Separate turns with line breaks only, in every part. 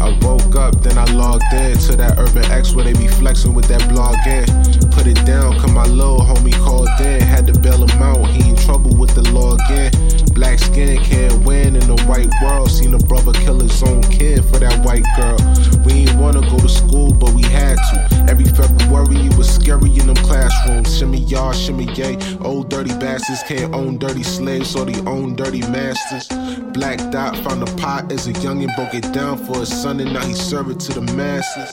I woke up, then I logged in to that Urban X where they be flexing with that blog in. Put it down, cause my little homie called in. Had to bail him out, he in trouble with the law again. Black skin can't win in the white world. Seen a brother kill his own kid for that white girl. We ain't wanna go to school, but we had to. Every February it was scary in them classrooms. Shimmy y'all, shimmy yay. Old dirty bastards can't own dirty slaves or they own dirty masters. Black Dot found a pot as a youngin', broke it down for his son, and now he serve it to the masses.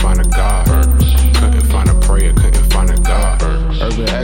find a God. Couldn't find a prayer, couldn't find a God.
Urban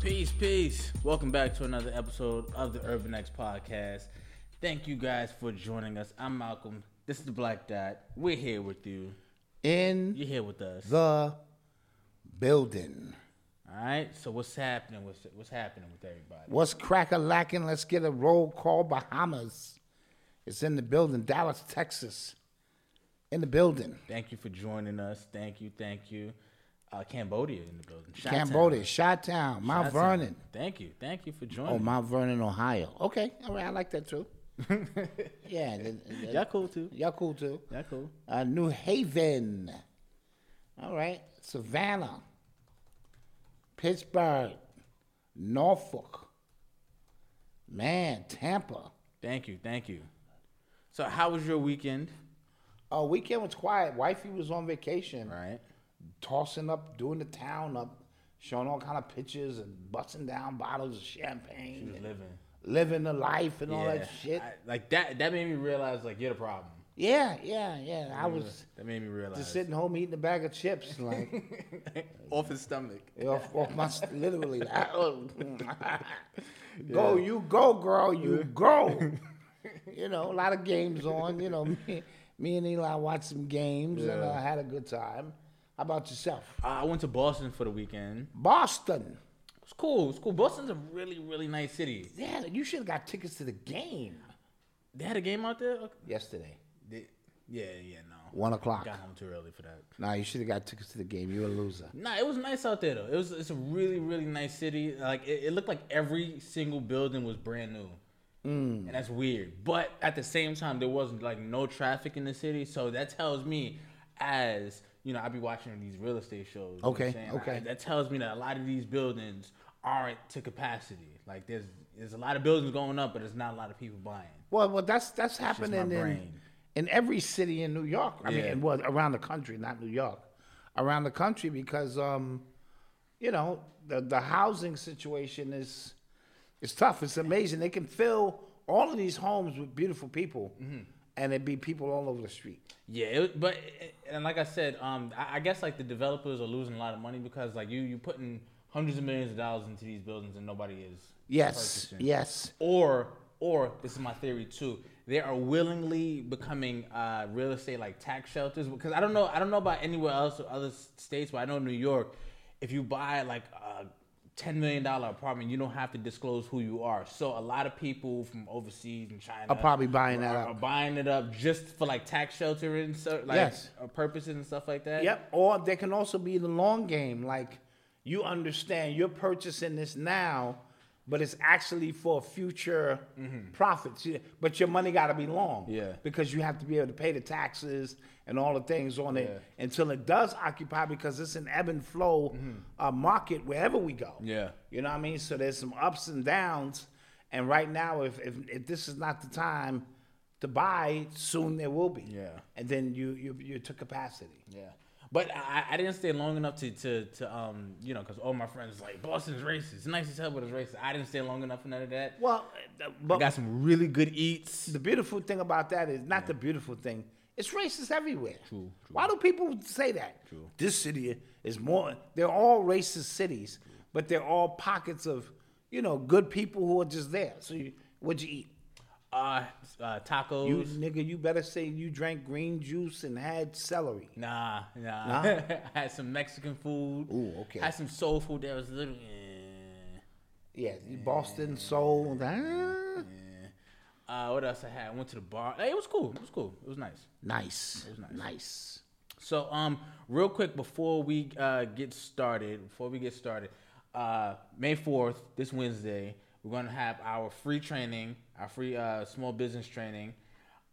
Peace, peace. Welcome back to another episode of the Urban X Podcast. Thank you guys for joining us. I'm Malcolm. This is the Black Dot. We're here with you.
in
You're here with us.
the building.
All right. So what's happening? What's what's happening with everybody?
What's crack a lacking? Let's get a roll call Bahamas. It's in the building, Dallas, Texas. In the building,
Thank you for joining us. Thank you. Thank you. Uh, Cambodia in the building. Chi-town.
Cambodia, Chi Town, Mount
Chi-town.
Vernon.
Thank you. Thank you for
Oh,
joining.
Mount Vernon, Ohio. Okay, all right, I like that too. yeah, th- th-
Y'all cool too.
y'all cool too.
Y'all cool.
Uh, New Haven. All right, Savannah, Pittsburgh, Norfolk, man, Tampa.
Thank you. Thank you. So how was your weekend?
Oh, weekend was quiet. Wifey was on vacation,
All right.
tossing up, doing the town up, showing all kind of pictures and busting down bottles of champagne,
Just
and
living.
living the life and all
Yeah.
that shit.
I- like that. That made me realize like you're the problem.
yeah, yeah, yeah. I was
That made me realize.
just sitting home eating a bag of chips, like
off his stomach.
off, off my s- literally. like, oh, go, you go, girl, you go. you know, a lot of games on. You know, me, me and Eli watched some games and I had a good time. How about yourself?
I went to Boston for the weekend.
Boston.
It's cool. It's cool. Boston's a really, really nice city.
Yeah, you should have got tickets to the game
They had a game out there. Okay.
yesterday.
They- yeah, yeah, no.
One o'clock.
Got home too early for that.
Nah, you should have got tickets to the game. You're a loser.
Nah, it was nice out there though. It was. It's a really, really nice city. Like it, it looked like every single building was brand new.
Mm.
And that's weird. But at the same time, there wasn't like no traffic in the city, so that tells me, as you know, I be watching these real estate shows. you know what I'm
Okay,
saying?
okay.
I- that tells me that a lot of these buildings aren't to capacity. Like there's there's a lot of buildings going up, but there's not a lot of people buying.
Well, well, that's that's
my
happening in
brain.
in every city in New York. I
Yeah.
mean, well, around the country, not New York, around the country because um, you know, the the housing situation is it's tough. It's amazing. They can fill all of these homes with beautiful people,
Mm-hmm.
and it'd be people all over the street.
Yeah, it, but and like I said, um, I, I guess like the developers are losing a lot of money because like you you putting hundreds of millions of dollars into these buildings and nobody is
Yes,
purchasing.
yes.
Or or this is my theory too they are willingly becoming uh, real estate like tax shelters because I don't know I don't know about anywhere else or other states, but I know New York, if you buy like a ten million dollar apartment, you don't have to disclose who you are. So a lot of people from overseas and China
Are probably buying that
are-
up.
are buying it up just for like tax shelter and so like
Yes.
uh, purposes and stuff like that.
Yep. Or there can also be the long game. Like you understand you're purchasing this now, but it's actually for future profits. You- But your money got to be long.
Mm-hmm. Yeah.
Because you have to be able to pay the taxes and all the things on it until it does occupy because it's an ebb and flow uh, market wherever we go.
Mm-hmm. Yeah.
You know what I mean? So there's some ups and downs. And right now, if, if, if this is not the time to buy, soon there will be.
Yeah.
And then you, you, you took capacity.
Yeah, but I, I didn't stay long enough to to, to um you know because all my friends like Boston's racist. Nice as hell, but it's racist. I didn't stay long enough for none of that.
Well, uh, but
I got some really good eats.
the beautiful thing about that is not the beautiful thing. It's racist everywhere. Why do people say that? True. This city is more. They're all racist cities, but they're all pockets of, you know, good people who are just there. So, you, what'd you eat?
Uh, uh tacos.
You nigga, you better say you drank green juice and had celery.
Nah, nah.
Nah?
I had some Mexican food.
Ooh, okay.
Had some soul food that was a little. eh.
Yeah, you Boston soul. ah,
Uh, what else I had? I went to the bar. Hey, it was cool. It was cool. It was nice.
Nice, nice, nice.
So, um, real quick before we uh, get started, before we get started, uh, May fourth, this Wednesday, we're gonna have our free training, our free uh, small business training.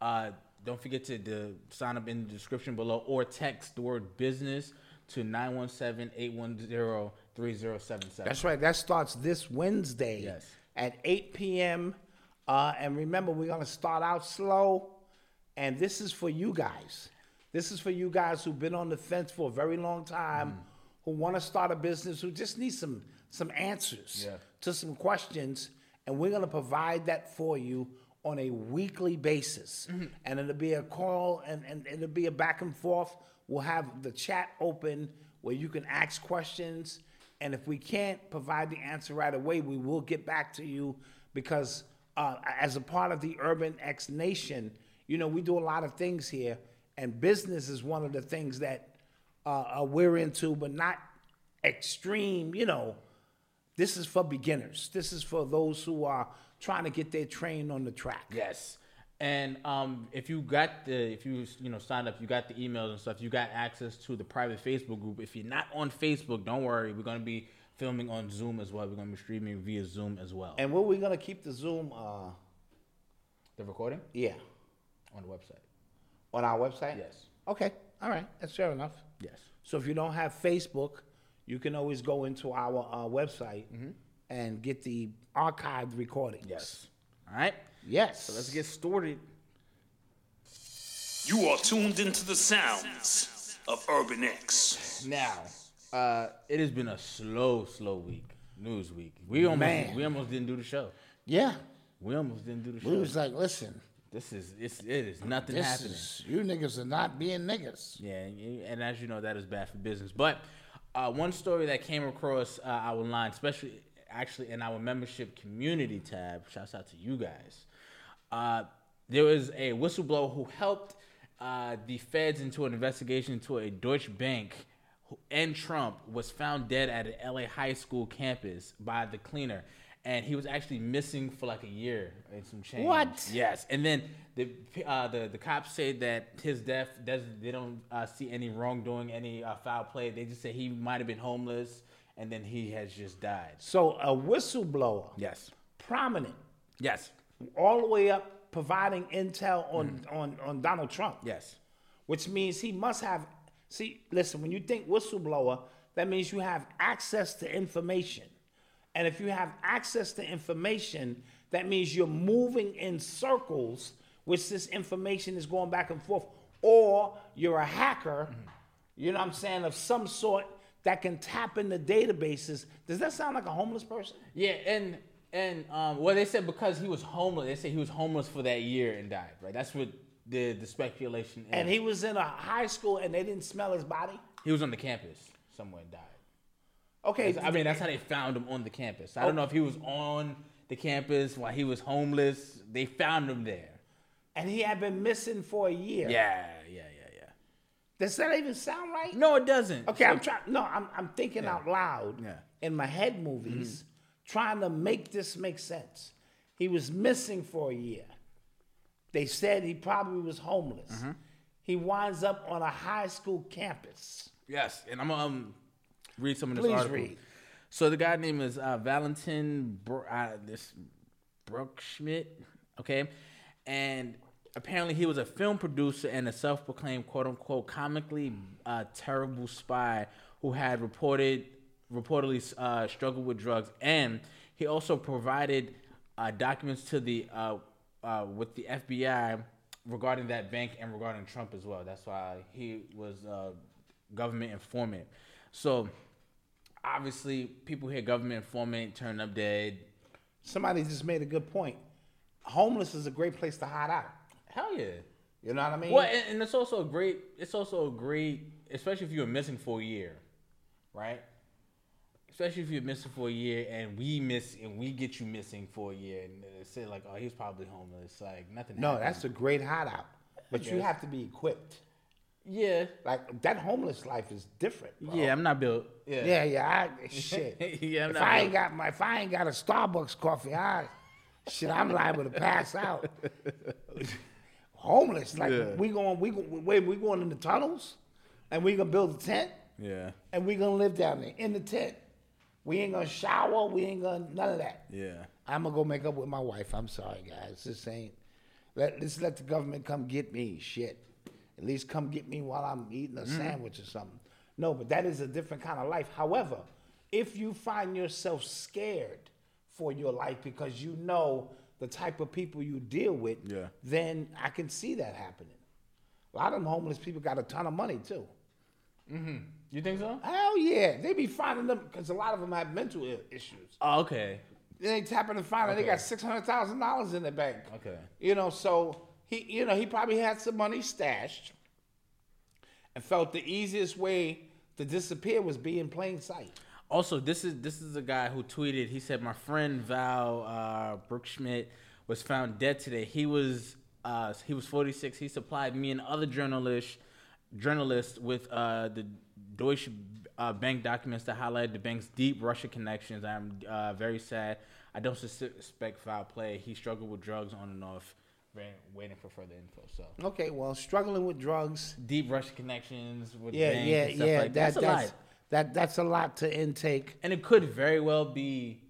Uh, don't forget to, to sign up in the description below or text the word business to 917-810-3077.
That's right. That starts this Wednesday
Yes.
at 8 p.m. Uh, and remember, we're going to start out slow. And this is for you guys. This is for you guys who've been on the fence for a very long time,
Mm.
who want to start a business, who just need some some answers
Yeah.
to some questions. And we're going to provide that for you on a weekly basis.
Mm-hmm.
And it'll be a call and, and it'll be a back and forth. We'll have the chat open where you can ask questions. And if we can't provide the answer right away, we will get back to you because uh, as a part of the Urban X Nation, you know, we do a lot of things here. And business is one of the things that uh, uh, we're into, but not extreme, you know, this is for beginners. This is for those who are trying to get their train on the track.
Yes. And um, if you got the if you you know signed up, you got the emails and stuff. You got access to the private Facebook group. If you're not on Facebook, don't worry. We're gonna be filming on Zoom as well. We're gonna be streaming via Zoom as well.
And where we gonna keep the Zoom? Uh,
the recording
yeah,
on the website.
on our website.
Yes.
Okay. All right. That's fair enough.
Yes.
So if you don't have Facebook, you can always go into our uh, website and get the archived recordings.
Mm-hmm. Yes. All right.
Yes.
So let's get started.
You are tuned into the sounds of Urban X.
Now, uh, it has been a slow, slow week. News week. We almost
Man.
we almost didn't do the show.
Yeah.
We almost didn't do the show.
We was like, listen,
this is it's, it is nothing
this
happening.
is you niggas are not being niggas.
Yeah, and- and as you know, that is bad for business. But uh, one story that came across uh, our line, especially actually in our membership community tab, shouts out to you guys. Uh, there was a whistleblower who helped uh, the feds into an investigation into a Deutsche Bank who- and Trump was found dead at an LA high school campus by the cleaner. And he was actually missing for like a year and some change.
What?
Yes, and then the uh, the the cops say that his death does they don't uh, see any wrongdoing, any uh, foul play. They just say he might have been homeless, and then he has just died.
So a whistleblower,
Yes,
prominent,
yes,
all the way up providing intel on on on Donald Trump.
Mm. yes,
Which means he must have see, listen, when you think whistleblower, that means you have access to information. And if you have access to information, that means you're moving in circles which this information is going back and forth or you're a hacker, you know what I'm saying, of some sort that can tap into databases. Does that sound like a homeless person?
yeah, and. And um, well, they said because he was homeless, they said he was homeless for that year and died. Right, that's what the the speculation. Is.
And he was in a high school and they didn't smell his body?
he was on the campus somewhere and died.
Okay,
I mean, that's how they found him on the campus. I don't know if he was on the campus while he was homeless. They found him there.
and he had been missing for a year.
Yeah, yeah, yeah, yeah.
Does that even sound right?
No, it doesn't.
Okay, I'm trying. No, I'm I'm thinking out loud
Yeah. Mm-hmm.
in my head movies, trying to make this make sense. He was missing for a year. They said he probably was homeless.
Mm-hmm.
He winds up on a high school campus.
Yes, and I'm gonna um, read some of this
Please
article.
read.
So the guy name is uh, Valentin Bro- uh, this Brook Schmidt, okay, and apparently he was a film producer and a self-proclaimed quote unquote comically uh, terrible spy who had reported reportedly uh, struggled with drugs, and he also provided uh, documents to the uh, uh, with the FBI regarding that bank and regarding Trump as well. That's why he was uh, government informant. So obviously people hear government informant turn up dead.
Somebody just made a good point. Homeless is a great place to hide out.
Hell yeah.
You know what I mean?
Well, and, and it's also a great. It's also a great, especially if you were missing for a year, right? Especially if you're missing for a year, and we miss, and we get you missing for a year, and they say like, oh, he's probably homeless. Like nothing.
No,
happened.
that's a great hideout. But you have to be equipped.
yeah,
Like that homeless life is different. Bro.
yeah. I'm not built. Yeah,
Yeah, yeah. I, shit.
Yeah, I'm
if
not
I
built.
ain't got my, if I ain't got a Starbucks coffee, I shit, I'm liable to pass out. Homeless, like we going, we going, wait, we going in the tunnels, and we gonna build a tent,
yeah,
and we gonna live down there in the tent. We ain't gonna shower. We ain't gonna none of that.
yeah.
I'm gonna go make up with my wife. I'm sorry, guys. This ain't. Let let's let the government come get me. Shit. At least come get me while I'm eating a sandwich or something. No, but that is a different kind of life. However, if you find yourself scared for your life because you know the type of people you deal with,
Yeah.
then I can see that happening. A lot of them homeless people got a ton of money too.
You think so?
Hell yeah, they be finding them because a lot of them have mental i- issues.
Oh, okay.
Then they tap in the final. They got
Okay.
six hundred thousand dollars in the bank.
Okay.
You know, so he, you know, he probably had some money stashed, and felt the easiest way to disappear was be in plain sight.
Also, this is this is a guy who tweeted. He said, "My friend Val uh, Brookschmidt was found dead today. He was uh, he was 46. He supplied me and other journalists journalists with uh, the Deutsche uh, Bank documents that highlighted the bank's deep Russia connections. I'm uh, very sad. I don't suspect foul play. He struggled with drugs on and off. Ran, waiting for further info. So
Okay, well, struggling with drugs.
deep Russia connections with
Yeah,
banks
yeah,
and stuff
yeah.
like that.
that, that's
That's a lot.
that that's a lot to intake,
and it could very well be,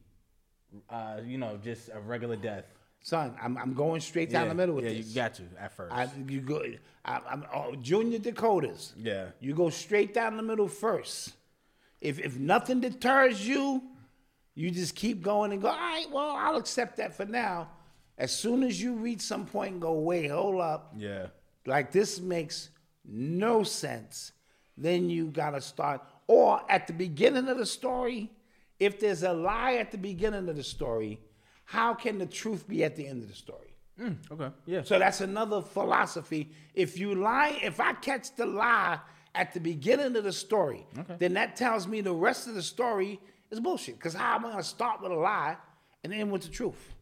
uh, you know, just a regular death.
son. I'm, I'm going straight down
yeah.
the middle with
yeah,
this.
you got to at first.
I, you go. I, I'm oh, Junior Dakotas.
Yeah.
You go straight down the middle first. If if nothing deters you, you just keep going and go. All right, well, I'll accept that for now. As soon as you reach some point and go, wait, hold up,
yeah,
like this makes no sense, then you gotta start. Or at the beginning of the story, if there's a lie at the beginning of the story, how can the truth be at the end of the story?
Mm, okay, yeah,
So that's another philosophy. If you lie, if I catch the lie at the beginning of the story, then that tells me the rest of the story is bullshit. Because how am I going to start with a lie and end with the truth?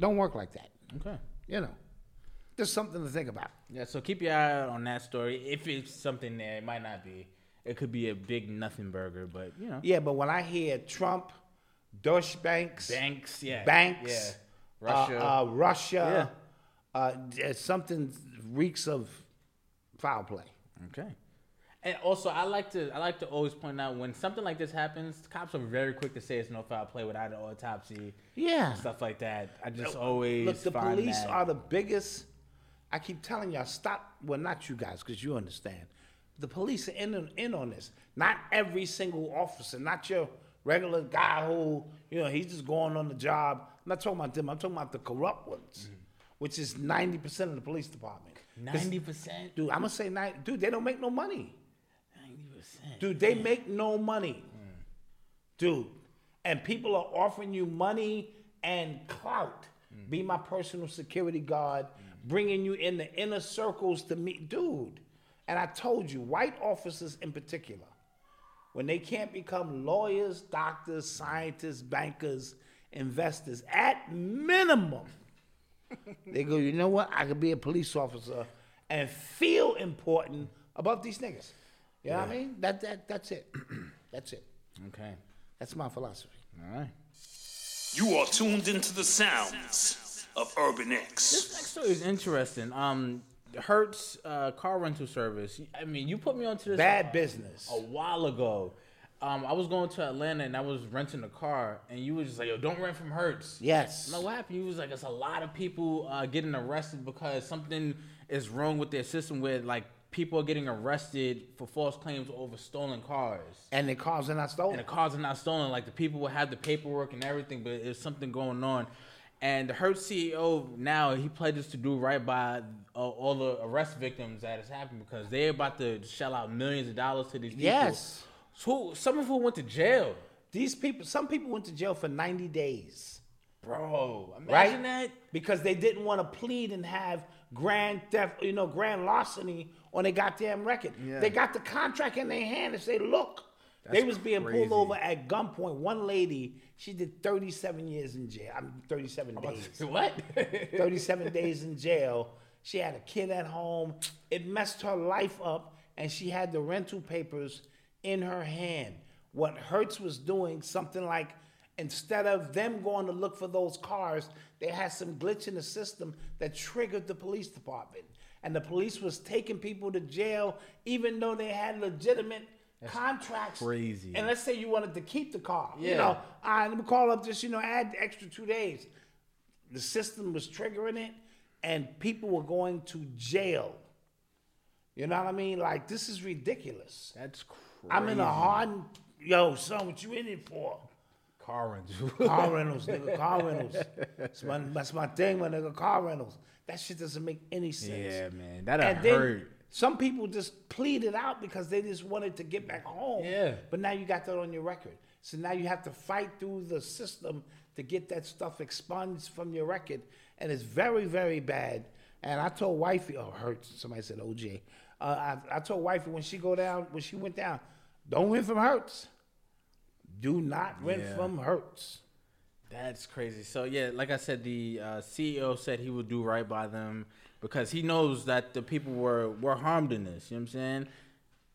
Don't work like that.
okay,
You know, just something to think about.
yeah. So keep your eye out on that story. If it's something there, it might not be. It could be a big nothing burger, but you know,
Yeah, but when I hear Trump, Deutsche Banks,
banks, yeah,
Banks,
yeah,
uh,
Russia,
uh, Russia, uh, d- something reeks of foul play.
okay. And also, I like to I like to always point out when something like this happens, cops are very quick to say it's no foul play without an autopsy,
Yeah.
stuff like that. I just always
Look, the
find
police
that-
are the biggest. I keep telling y'all, stop. Well, not you guys, because you understand. The police are in, on- in on this. Not every single officer, not your regular guy who, you know, he's just going on the job. I'm not talking about them, I'm talking about the corrupt ones, which is 90% of the police department. 'Cause-
Mm-hmm. ninety percent.
Dude, I'm going to say, 90, dude, they don't make no money.
Ninety percent.
Dude, they make no money. Dude. And people are offering you money and clout. Be my personal security guard, bringing you in the inner circles to meet. Dude. And I told you, white officers in particular, when they can't become lawyers, doctors, scientists, bankers, investors, at minimum, They go, you know what? I could be a police officer and feel important about these niggas. You know what I mean? That that that's it. that's it.
Okay.
That's my philosophy.
All right.
You are tuned into the sounds of Urban X.
This next story is interesting. Um, Hertz uh, car rental service. I mean, you put me onto this
Bad business.
a while ago. Um, I was going to Atlanta and I was renting a car, and you were just like, "Yo, don't rent from Hertz."
Yes.
No, what happened? You was like, it's a lot of people uh, getting arrested because something is wrong with their system where like people are getting arrested for false claims over stolen cars.
And the cars are not stolen.
And the cars are not stolen. Like the people will have the paperwork and everything, but there's something going on. And the Hertz CEO now he pledges to do right by uh, all the arrest victims that has happened because they're about to shell out millions of dollars to these people.
Yes.
Who some of who went to jail,
These people some people went to jail for 90 days.
bro. Imagine
Right?
that.
Because they didn't want to plead and have grand theft, you know, grand larceny on their goddamn record.
Yeah.
They got the contract in their hand and say, look. they was being
crazy.
pulled over at gunpoint. One lady, she did 37 years in jail. I'm 37 days.
What?
37 days in jail. She had a kid at home. It messed her life up, and she had the rental papers in her hand. What Hertz was doing, something like instead of them going to look for those cars, they had some glitch in the system that triggered the police department. And the police was taking people to jail, even though they had legitimate contracts.
crazy.
And let's say you wanted to keep the car. You
Yeah.
know, I let me call up just, you know, add the extra two days the system was triggering it and people were going to jail. You know what I mean? Like this is ridiculous.
That's crazy.
I'm in a hard yo, son, what you in it for?
car rental.
Car rentals, nigga, car rentals. That's my, that's my thing, my nigga, car rentals. That shit doesn't make any sense.
Yeah, man, that
And then
hurt.
some people just pleaded out because they just wanted to get back home.
Yeah.
But now you got that on your record. So now you have to fight through the system to get that stuff expunged from your record. And it's very, very bad. And I told wifey, oh, hurts. Somebody said OJ. Uh, I, I told wifey when she go down, when she went down, don't rent from Hertz. Do not rent
Yeah.
from Hertz.
That's crazy. So yeah, like I said, the uh, CEO said he would do right by them because he knows that the people were were harmed in this. You know what I'm saying?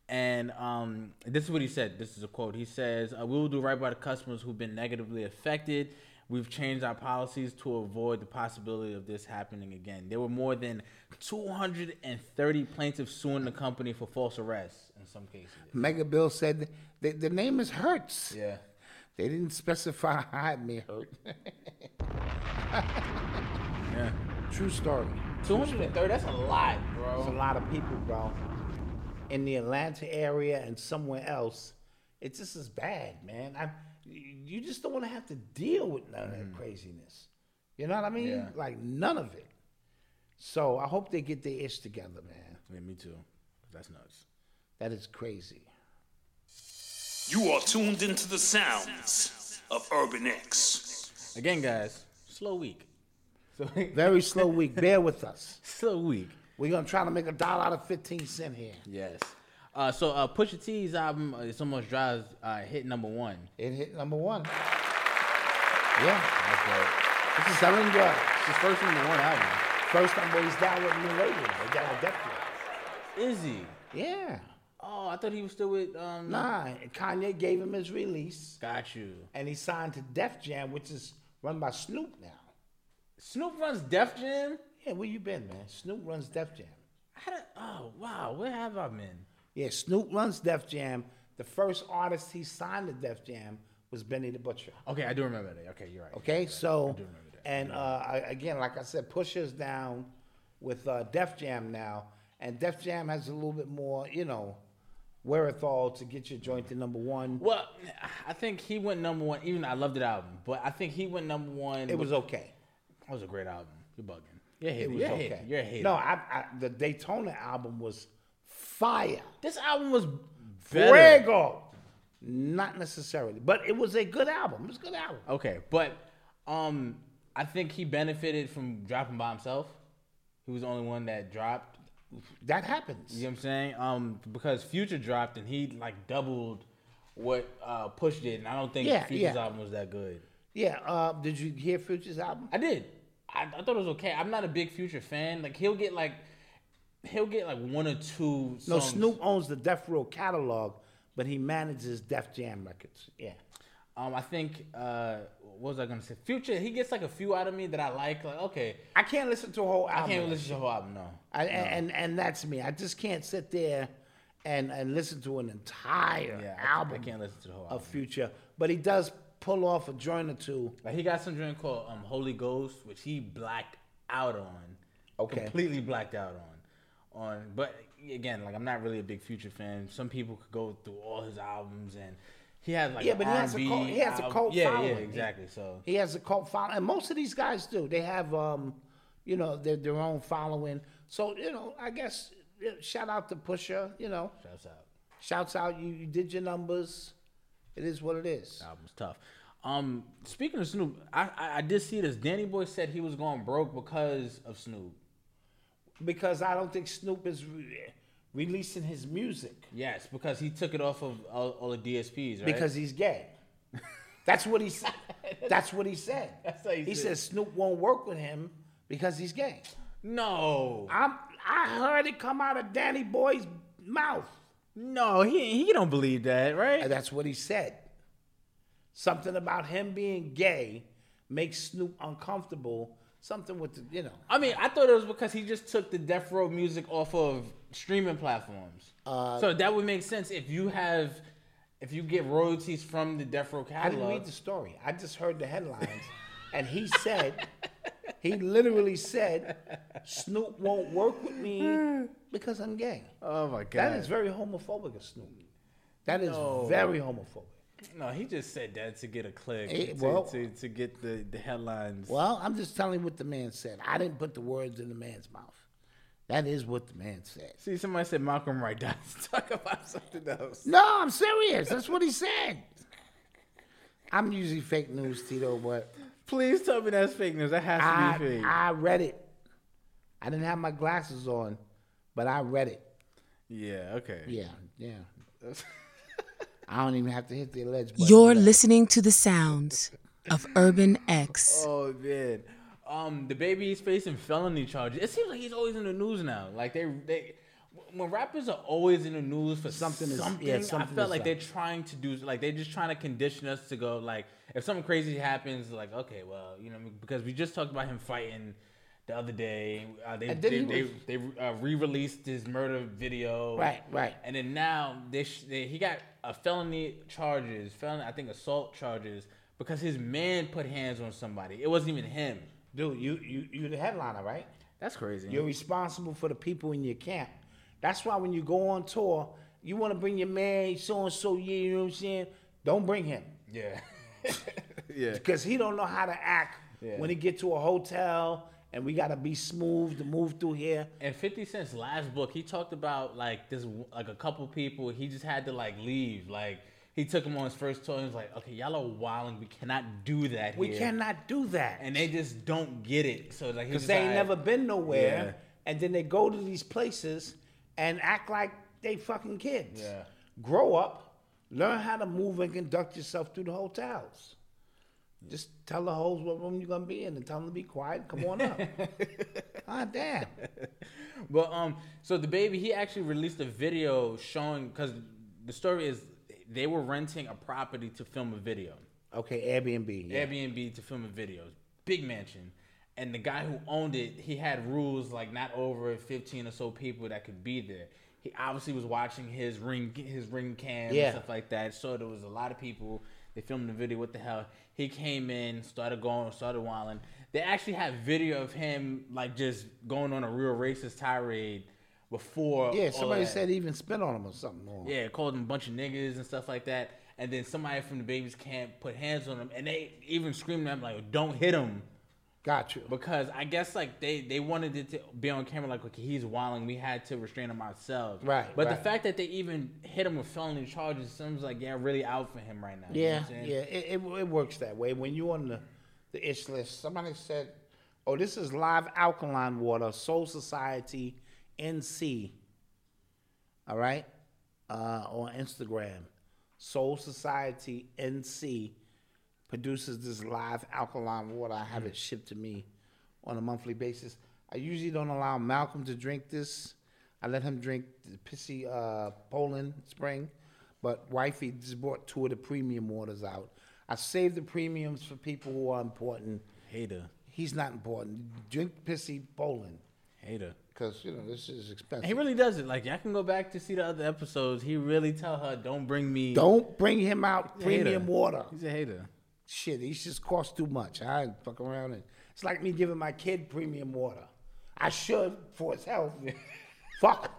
And um, this is what he said. This is a quote. He says, uh, "We will do right by the customers who've been negatively affected. We've changed our policies to avoid the possibility of this happening again." There were more than 230 plaintiffs suing the company for false arrests in some cases.
Mega Bill said, the, the name is Hertz.
Yeah.
They didn't specify how it may hurt. True story.
230. That's a lot, bro.
There's a lot of people, bro, in the Atlanta area and somewhere else. It just is bad, man. I, you just don't want to have to deal with none of that craziness. You know what I mean?
Yeah.
Like none of it. So I hope they get their ish together, man.
Yeah, me too. 'Cause That's nuts.
That is crazy.
You are tuned into the sounds of Urban X.
Again, guys, slow week. So
Very slow week. Bear with us.
slow week.
We're gonna try to make a dollar out of fifteen cent here.
Yes. Uh, so uh, Pusha T's album, uh, "It's Almost Dry," is, uh, hit number one.
It hit number one. Yeah, this is selling drugs.
It's his first number one album.
First time he's down with me later. They got on death row.
Izzy.
Yeah.
Oh, I thought he was still with. Um,
Nah, and Kanye gave him his release,
Got you.
and he signed to Def Jam, which is run by Snoop now.
Snoop runs Def Jam.
Yeah, where you been, man? Snoop runs Def Jam.
How did, oh wow, where have I been?
Yeah, Snoop runs Def Jam. The first artist he signed to Def Jam was Benny the Butcher.
Okay, I do remember that. Okay, you're right.
Okay, so
remember that.
and uh, I- again, like I said, Pusha's down with uh, Def Jam now, and Def Jam has a little bit more, you know, wherewithal to get your joint to number one.
Well, I think he went number one. Even though I loved that album, but I think he went number one.
It was okay.
That was a great album. You're bugging. You're hating.
It was
you're
okay.
hating. You're hating.
No, I, I, the Daytona album was fire.
This album was better.
Fuego. Not necessarily, but it was a good album. It was a good album.
Okay, but um, I think he benefited from dropping by himself. He was the only one that dropped.
That happens.
You know what I'm saying? Um, because Future dropped and he like doubled what uh Push did, and I don't think
Yeah,
Future's
yeah.
album was that good.
Yeah. Uh, did you hear Future's album?
I did. I, I thought it was okay. I'm not a big Future fan. Like he'll get like he'll get like one or two. Songs.
No, Snoop owns the Death Row catalog, but he manages Def Jam Records.
Yeah. Um, I think uh, what was I gonna say? Future, he gets like a few out of me that I like. Like okay,
I can't listen to a whole
I
album.
can't listen to the whole album. No,
I, and, and and that's me. I just can't sit there and and listen to an entire
yeah, I-
album
I can't listen to the whole album.
of Future, but he does pull off a joint or two.
Like he got some drink called um, Holy Ghost, which he blacked out on.
Okay.
Completely blacked out on. On but again, like I'm not really a big future fan. Some people could go through all his albums and he had like
Yeah, but he has a
R&B
cult- he has a
album.
cult
yeah, Yeah,
following.
exactly. So
He has a cult following, and most of these guys do. They have, um, you know, their their own following. So you know, I guess you know, shout out to Pusha. You know,
shouts out.
shouts out you. You did your numbers. It is what it is.
Album's tough. Um, speaking of Snoop, I, I I did see this. Danny Boy said he was going broke because of Snoop.
Because I don't think Snoop is re- releasing his music
Yes, because he took it off of all, all the DSPs, right?
because he's gay. That's what he said. That's what he said.
That's what he
he
said.
said Snoop won't work with him because he's gay.
no,
I'm, I heard it come out of Danny Boy's mouth.
no, he he don't believe that, right?
And that's what he said. Something about him being gay makes Snoop uncomfortable. Something with the, you know.
I mean, I thought it was because he just took the death row music off of streaming platforms.
Uh,
so that would make sense if you have, if you get royalties from the death row
I didn't
catalog.
read the story. I just heard the headlines. and he said, he literally said, Snoop won't work with me because I'm gay.
oh my god,
That is very homophobic of Snoop. That is very homophobic.
no. He just said that to get a click,
Eh,
to,
well-
to, to get the, the headlines.
Well, I'm just telling you what the man said. I didn't put the words in the man's mouth. That is what the man said.
See, somebody said Malcolm Wright died. Let's Talk about something else.
No, I'm serious. That's what he said. I'm usually fake news, Tito, but
Please tell me that's fake news. That has
I,
to be fake.
I read it. I didn't have my glasses on, but I read it.
yeah. Okay.
Yeah, yeah. I don't even have to hit the alleged button.
You're listening to the sounds of Urban X.
Oh man. Um, the baby is facing felony charges. It seems like he's always in the news now. Like they they when rappers are always in the news for
Something
something,
is- yeah,
something, I
something
felt
is
like
up.
they're trying to do like they're just trying to condition us to go like if something crazy happens like okay well you know because we just talked about him fighting the other day uh, they,
And then
they,
he
they,
was-
they uh, re-released his murder video
Right, right.
and then now they, sh- they he got a felony charges, felony I think assault charges because his man put hands on somebody. It wasn't even him.
Dude, you, you, you the headliner, right?
That's crazy.
You're responsible for the people in your camp. That's why when you go on tour, you want to bring your man, so and so, yeah, you know what I'm saying? Don't bring him.
yeah. yeah.
because he don't know how to act
Yeah.
when he get to a hotel and we gotta be smooth to move through here.
And 50 Cent's last book, he talked about like this like a couple people he just had to like leave. Like he took him on his first tour and was like, "Okay, y'all are wilding. We cannot do that
We
here."
cannot do that.
And they just don't get it. So like he
because
was
they
like,
ain't never been nowhere,
Yeah.
and then they go to these places and act like they fucking kids.
Yeah.
Grow up, learn how to move and conduct yourself through the hotels. Just tell the hoes what room you're gonna be in and tell them to be quiet. Come on up. Ah damn.
But um, so the baby he actually released a video showing because the story is they were renting a property to film a video,
Okay, Airbnb. Yeah.
Airbnb to film a video, big mansion, and the guy who owned it he had rules like not over fifteen or so people that could be there. He obviously was watching his ring his ring cam
Yeah.
and stuff like that. So there was a lot of people. They filmed the video. What the hell? He came in, started going, started wilding. They actually had video of him like just going on a real racist tirade before.
Yeah,
all
somebody
that.
said he even spit on him or something. or-
Yeah, called him a bunch of niggas and stuff like that. And then somebody from the babies camp put hands on him, and they even screamed at him like, "Don't hit him,"
Got you.
because I guess like they they wanted it to be on camera like, okay, he's wilding. We had to restrain him ourselves.
Right,
But
right.
the fact that they even hit him with felony charges seems like yeah, really out for him right now. You know
Yeah,
what I'm saying?
yeah, it, it, it works that way. When you on the, the ish list, somebody said, oh, this is live alkaline water, Soul Society NC. All right? Uh, on Instagram. Soul Society
Mm.
NC produces this live alkaline water. I have it shipped to me on a monthly basis. I usually don't allow Malcolm to drink this. I let him drink the pissy uh, Poland Spring, but wifey just brought two of the premium waters out. I save the premiums for people who are important.
Hater.
He's not important. Drink pissy Poland
Hater.
because you know this is expensive.
He really does it. Like y'all can go back to see the other episodes. He really tell her, "Don't bring me."
don't bring him out
He's a hater.
premium water.
He's a hater.
shit, these just cost too much. I ain't fuck around and it's like me giving my kid premium water. I should for his health. fuck.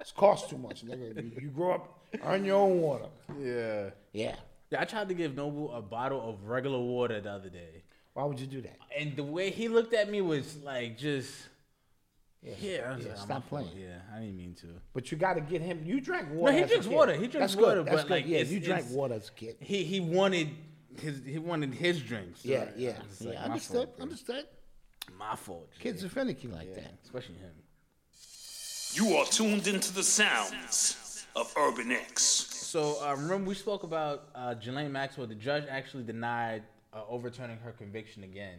It's cost too much, nigga. You, you grow up, earn your own water.
Yeah.
Yeah.
Yeah. I tried to give Noble a bottle of regular water the other day,
Why would you do that?
and the way he looked at me was like just. Yeah. I was
yeah,
like,
stop
"I'm not
playing."
full." Yeah, I didn't mean to.
But you got to get him. You drank water.
he
as a
drinks
kid.
water. He drinks
That's good.
water,
That's
but,
good.
like,
yeah,
it's-
you drank
it's-
water as a kid.
He he wanted his he wanted his drinks. So
Yeah,
I-
yeah,
it's
yeah.
like, my
understood.
fault, bro.
Understood.
My fault. G.
Kids are finicky like
Yeah,
that.
especially him.
You are tuned into the sounds of Urban X.
So uh, remember we spoke about uh, Jelaine Maxwell. The judge actually denied uh, overturning her conviction again.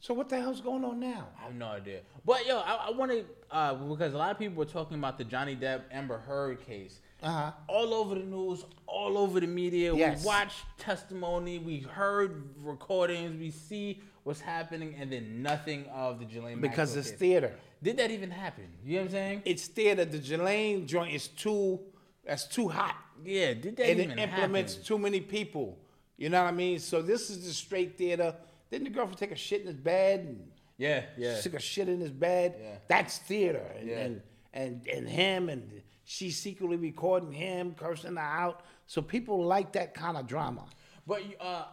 So what the hell's going on now?
I have no idea. But yo, I, I wanted uh, because a lot of people were talking about the Johnny Depp Amber Heard case.
Uh-huh.
All over the news, all over the media.
Yes.
We watched testimony, we heard recordings, we see what's happening, and then nothing of the Jelaine
Because
Maxwell
it's
case.
theater.
Did that even happen? You know what I'm saying?
It's theater. The Jelaine joint is too. That's too hot.
yeah. Did that
and
even
it implements
happen?
too many people. You know what I mean? So this is just straight theater. Didn't the girlfriend take a shit in his bed? And
yeah. Yeah.
she Took a shit in his bed.
Yeah.
That's theater. And,
Yeah.
and and and him and she secretly recording him cursing her out. So people like that kind of drama.
But uh,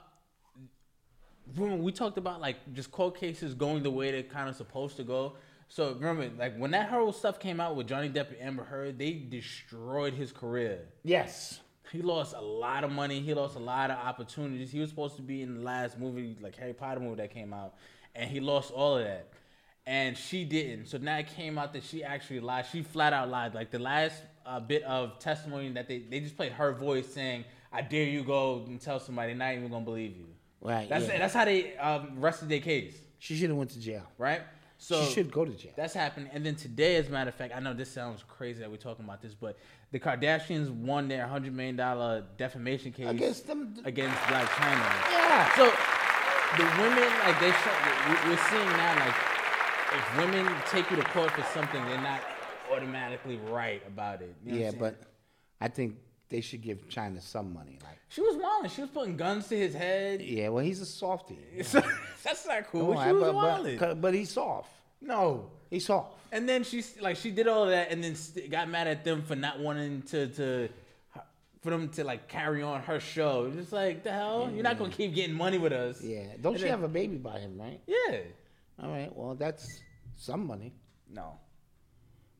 remember we talked about like just court cases going the way they're kind of supposed to go. So remember, like when that whole stuff came out with Johnny Depp and Amber Heard, they destroyed his career.
Yes.
He lost a lot of money. He lost a lot of opportunities. He was supposed to be in the last movie, like Harry Potter movie that came out, and he lost all of that. And she didn't. So now it came out that she actually lied. She flat out lied. Like the last uh, bit of testimony that they they just played her voice saying, "I dare you go and tell somebody. Not even gonna believe you."
Right,
That's
yeah.
that's how they um, rested their case,
She should have went to jail.
right? So
she should go to jail.
that's happening. And then today, as a matter of fact, I know this sounds crazy that we're talking about this, but the Kardashians won their hundred million dollar defamation case
Against them-
against Black China.
yeah.
So the women, like they, show, we- we're seeing now, like if women take you to court for something, they're not automatically right about it. You know what I'm
yeah,
saying?
but I think they should give China some money. Like,
she was wilding. She was putting guns to his head.
yeah, well, he's a softie.
That's not cool.
All
she
right,
was
Oh, but,
wilding.
but, but he's soft.
no.
He's soft.
And then she's like, she did all that, and then st- got mad at them for not wanting to to for them to like carry on her show. Just like the hell, you're not gonna keep getting money with us.
Yeah. Don't she
then-
have a baby by him, right?
Yeah.
All right. Well, that's some money.
No.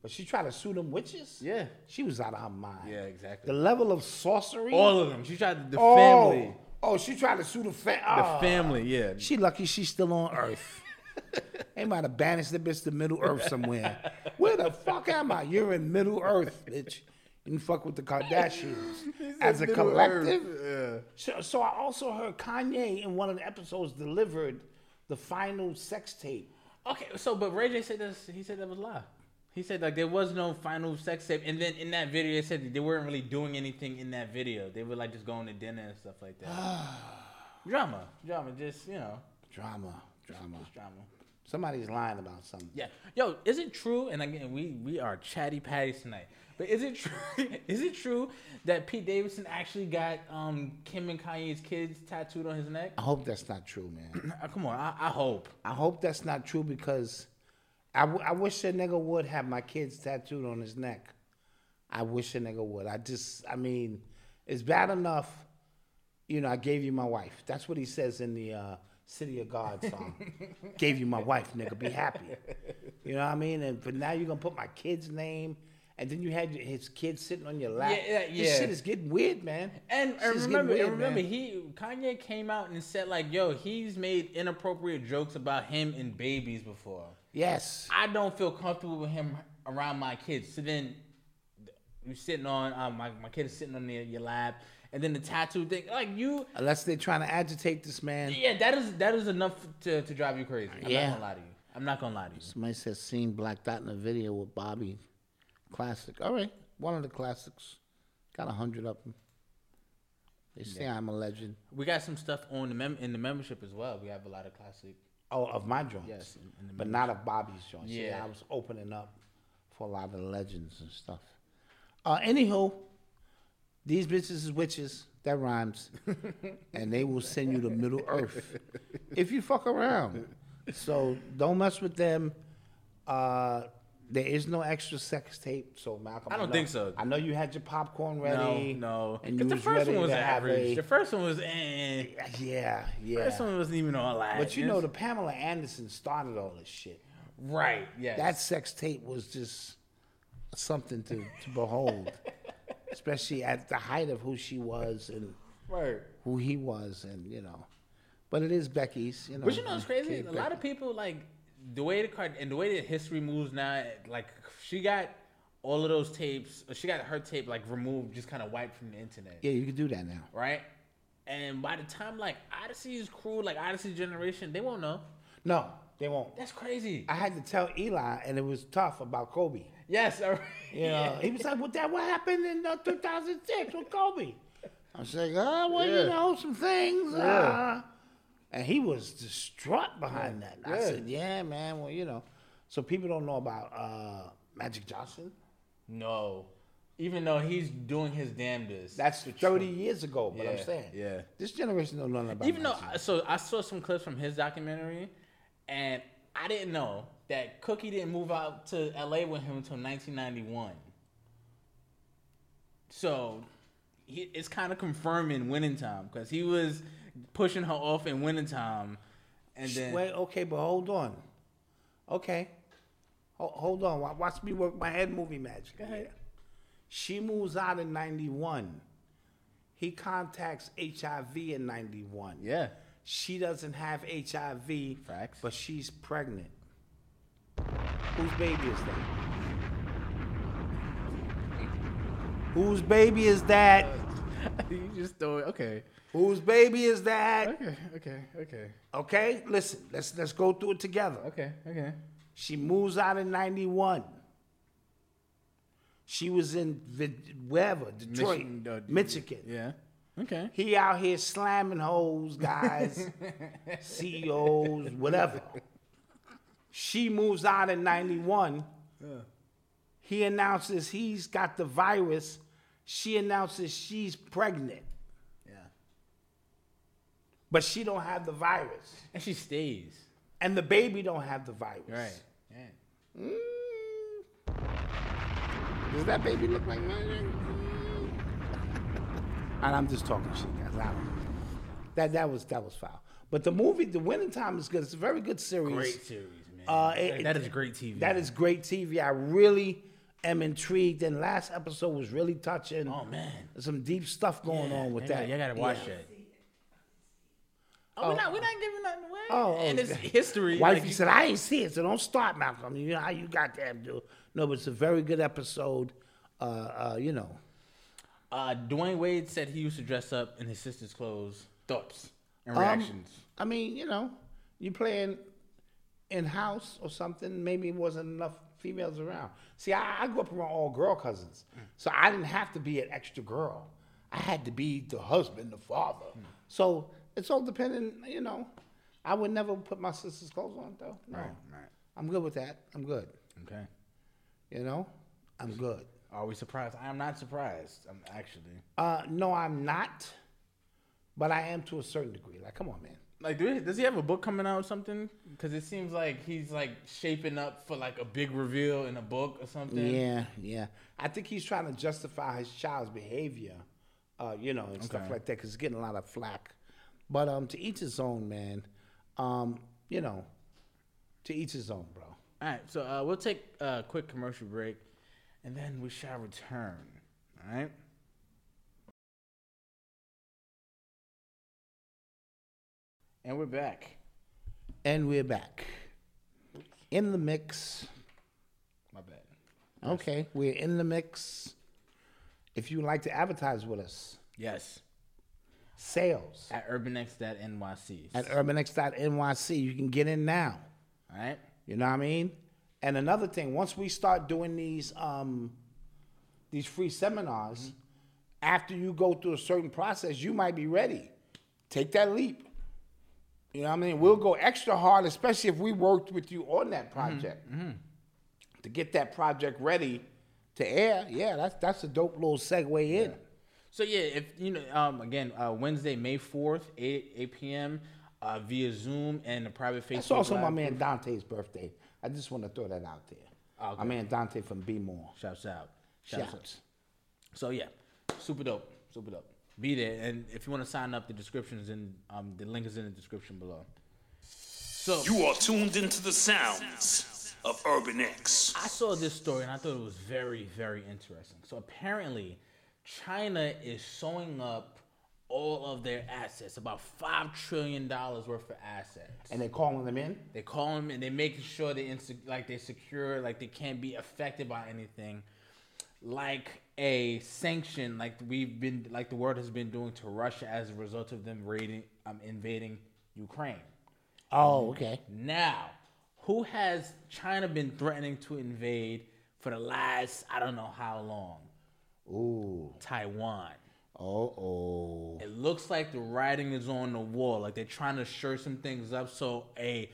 But she tried to sue them witches.
Yeah.
She was out of her mind.
Yeah, exactly.
The level of sorcery.
All of them. She tried the
Oh. Ah.
family.
Oh, she tried to sue the uh, family.
The family. Yeah.
She lucky she's still on Earth. they might have banished the bitch to Middle Earth somewhere. Where the fuck am I? You're in Middle Earth, bitch. You can fuck with the Kardashians as a
Middle
collective. So, so I also heard Kanye in one of the episodes delivered the final sex tape.
Okay. So, but Ray J said this. He said that was a lie. He said like there was no final sex tape, and then in that video they said that they weren't really doing anything in that video. They were like just going to dinner and stuff like that. drama, drama, just you know,
Drama, drama.
drama.
Somebody's lying about something.
Yeah. Yo, is it true? And again, we we are chatty patties tonight. But is it true? is it true that Pete Davidson actually got um, Kim and Kanye's kids tattooed on his neck?
I hope that's not true, man.
Uh, Come on, I, I hope.
I hope that's not true because I, w- I wish that nigga would have my kids tattooed on his neck. I wish a nigga would. I just, I mean, it's bad enough, you know, I gave you my wife. That's what he says in the uh, City of God song. gave you my wife, nigga, be happy. You know what I mean? And But now you're going to put my kid's name. And then you had his kid sitting on your lap.
Yeah, yeah,
This
yeah.
shit is getting weird, man.
And,
This
and
shit is getting
remember,
weird,
and remember,
man.
he Kanye came out and said like, "Yo, he's made inappropriate jokes about him and babies before.
Yes.
I don't feel comfortable with him around my kids." So then you sitting on um, my my kid is sitting on your, your lap, and then the tattoo thing, like you.
Unless they're trying to agitate this man.
Yeah, that is that is enough to, to drive you crazy. I'm
Yeah.
not gonna lie to you. I'm not gonna lie to you.
Somebody said seen Black Dot in a video with Bobby. Classic. All right, one of the classics. Got a hundred of them. They say I'm a legend.
We got some stuff on the mem- in the membership as well. We have a lot of classic.
Oh, of my joints.
Yes, in- in the
but not of Bobby's joints. Yeah.
Yeah.
I was opening up for a lot of the legends and stuff. Uh, anywho, these bitches is witches. That rhymes. and they will send you to Middle Earth if you fuck around. So don't mess with them. Uh, there is no extra sex tape, so Malcolm.
I don't
know-
think so.
I know you had your popcorn
No,
ready.
no.
and
'Cause
you
the
was
first
ready
one was
to have
average.
a-
The first one was, eh.
yeah, yeah.
First one wasn't even all that.
But you know, the Pamela Anderson started all this shit.
right? Yeah.
That sex tape was just something to, to behold, especially at the height of who she was and
right.
who he was, and you know. But it is Becky's, you know.
But you know what's crazy?
Kate
A lot of people like the way the card and the way that history moves now. Like she got all of those tapes. She got her tape like removed, just kind of wiped from the internet.
Becky. Yeah, you can do that now.
Right. And by the time like Odyssey's crew, like Odyssey generation, they won't know.
No, they won't.
That's crazy.
I had to tell Eli, and it was tough about Kobe.
yes. all right.
You know, he was like, "Well, that what happened in uh, 2006 with Kobe." I was like, "Oh, well, you know, some things." Uh, and he was distraught behind that. I said, "Yeah, man. Well, you know." So people don't know about uh, Magic Johnson.
No. Even though he's doing his damnedest.
That's 30 years ago, but I'm
Yeah,
saying,
yeah.
this generation don't know nothing about.
Even though,
Magic.
so I saw some clips from his documentary, and I didn't know that Cookie didn't move out to LA with him until 1991. So he, it's kind of confirming winning time because he was pushing her off in winning time, and then
wait, okay, but hold on. Okay, Ho- hold on. Wa- Watch me work my head movie magic. Yeah. She moves out in '91. He contacts HIV in '91.
yeah,
She doesn't have HIV,
Facts.
but she's pregnant. Whose baby is that? Whose baby is that?
you just throw it. Okay,
Whose baby is that?
okay, okay, okay,
Okay, listen, let's let's go through it together.
okay, okay.
She moves out in 91. She was in Vi- wherever, Detroit,
Michigan, uh,
Michigan.
Yeah, okay.
He out here slamming hoes, guys, CEOs, whatever. She moves out in 91. He announces he's got the virus. She announces she's pregnant,
Yeah,
but she don't have the virus.
and she stays
And the baby don't have the virus.
right. Yeah.
Does that baby look like mine? and I'm just talking shit, guys. I don't that that was that was foul. But the movie, The Winning Time, is good. It's a very good series.
Great series, man.
Uh, it-
that
it-
is great TV.
That is great TV. I really am intrigued. And last episode was really touching.
Oh man.
Some deep stuff going on with
you
that.
Gotta, you gotta watch
Yeah.
that. Oh, We're, not, we're not giving nothing away.
Oh,
and
oh,
it's
yeah.
history.
Wifey
like, you-
said, I ain't see it, so don't start, Malcolm. You know how you goddamn do. No, but it's a very good episode. Uh, uh, you know,
uh, Dwayne Wade said he used to dress up in his sister's clothes. Thoughts and
Um,
reactions.
I mean, you know, you playing in house or something. Maybe it wasn't enough females around. See, I, I grew up around all girl cousins, so I didn't have to be an extra girl. I had to be the husband, the father. So it's all depending, you know. I would never put my sister's clothes on though. No, I'm good with that. I'm good.
okay.
You know, I'm good.
Are we surprised? I'm not surprised. I'm actually
Uh, no, I'm not, but I am to a certain degree. Like, come on, man.
like. Do he, does he have a book coming out or something? Because it seems like he's like shaping up for like a big reveal in a book or something.
Yeah, yeah. I think he's trying to justify his child's behavior, uh, you know, and stuff
Okay.
like that, because he's getting a lot of flack. But um, to each his own, man. Um, you know, to each his own, bro.
All right, so uh, we'll take a quick commercial break, and then we shall return. All right. And we're back.
And we're back in the mix.
My bad.
Okay, we're in the mix. If you would like to advertise with us,
Yes.
sales
At urbanx.nyc.
at urbanx.nyc, you can get in now.
All right.
You know what I mean? And another thing, once we start doing these um, these free seminars, after you go through a certain process, you might be ready. Take that leap. You know what I mean? We'll go extra hard, especially if we worked with you on that project to get that project ready to air. Yeah, that's that's a dope little segue in.
So yeah, if you know, um, again, uh, Wednesday, May fourth, eight eight p.m. Uh, via Zoom and the private Facebook.
That's also my
Live.
man Dante's birthday. I just want to throw that out there. My man Dante from B More.
Shouts out. Shouts out.
Shouts.
So yeah, super dope, super dope. Be there, and if you want to sign up, the descriptions and um, the link is in the description below. So
You are tuned into the sounds of Urban X.
I saw this story and I thought it was very, very interesting. So apparently, China is sewing up all of their assets, about five trillion dollars worth of assets.
And they calling them in.
They call them and they making sure they inse- like they secure, like they can't be affected by anything, like a sanction, like we've been, like the world has been doing to Russia as a result of them raiding, um, invading Ukraine.
Oh, okay.
Now, who has China been threatening to invade for the last I don't know how long? Ooh, Taiwan.
Oh, oh.
It looks like the writing is on the wall. Like they're trying to shore some things up so a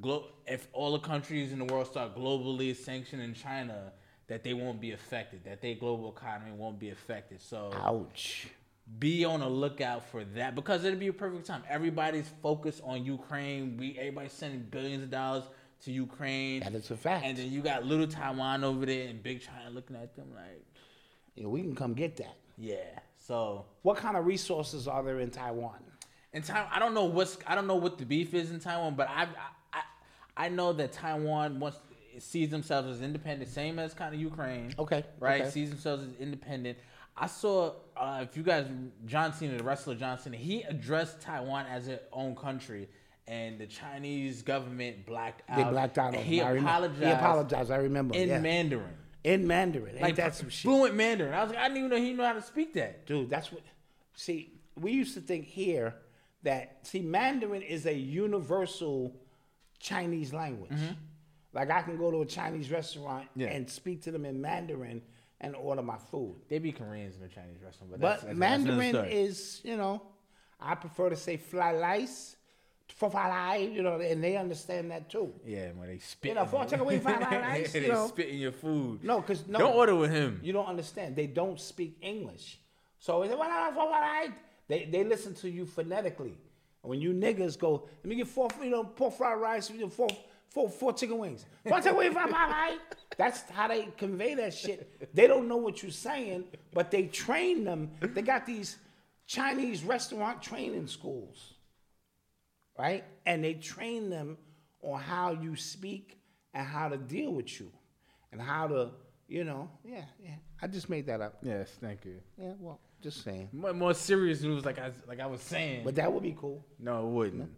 glo- if all the countries in the world start globally sanctioning China, that they won't be affected. That their global economy won't be affected. So
Ouch.
be on the lookout for that because it'll be a perfect time. Everybody's focused on Ukraine. We everybody's sending billions of dollars to Ukraine.
That is a fact.
And then you got little Taiwan over there and big China looking at them like,
Yeah, we can come get that.
yeah. So
What kind of resources are there in Taiwan?
in Taiwan, I don't know what's I don't know what the beef is in Taiwan, but I I I know that Taiwan wants sees themselves as independent, same as kind of Ukraine.
Okay,
right.
okay.
Sees themselves as independent. I saw uh, if you guys John Cena, the wrestler John Cena, he addressed Taiwan as its own country, and the Chinese government blacked out.
They blacked out.
and
on
He
them. I remember-
apologized.
Uh, He apologized. I remember.
in
yeah.
Mandarin,
in Mandarin. Ain't
like
that some shit?
fluent Mandarin. I was like, I didn't even know he knew how to speak that.
Dude, that's what. See, we used to think here that see Mandarin is a universal Chinese language. Like I can go to a Chinese restaurant
Yeah.
and speak to them in Mandarin and order my food.
They be Koreans in the Chinese restaurant, but, that's,
But
that's, that's another
Mandarin
story.
is, you know, I prefer to say fly lice, for fly lice, you know, and they understand that too.
Yeah, when they spit.
You know,
in
for-
it.
take away five eyes,
they
you know.
spit in your food.
No, 'cause no-
Don't order with him.
You don't understand. They don't speak English. So they say, "Well, I- well, I-" they they listen to you phonetically. And when you niggas go, let me get four, you know, four fried rice, you know, four, four, four chicken wings. Four chicken wings, five, five, five. That's how they convey that shit. They don't know what you're saying, but they train them. They got these Chinese restaurant training schools, right? And they train them on how you speak and how to deal with you, and how to, you know, yeah, yeah. I just made that up.
yes, thank you.
Yeah, well, just saying.
More, more serious news, like I like I was saying.
But that would be cool.
no, it wouldn't.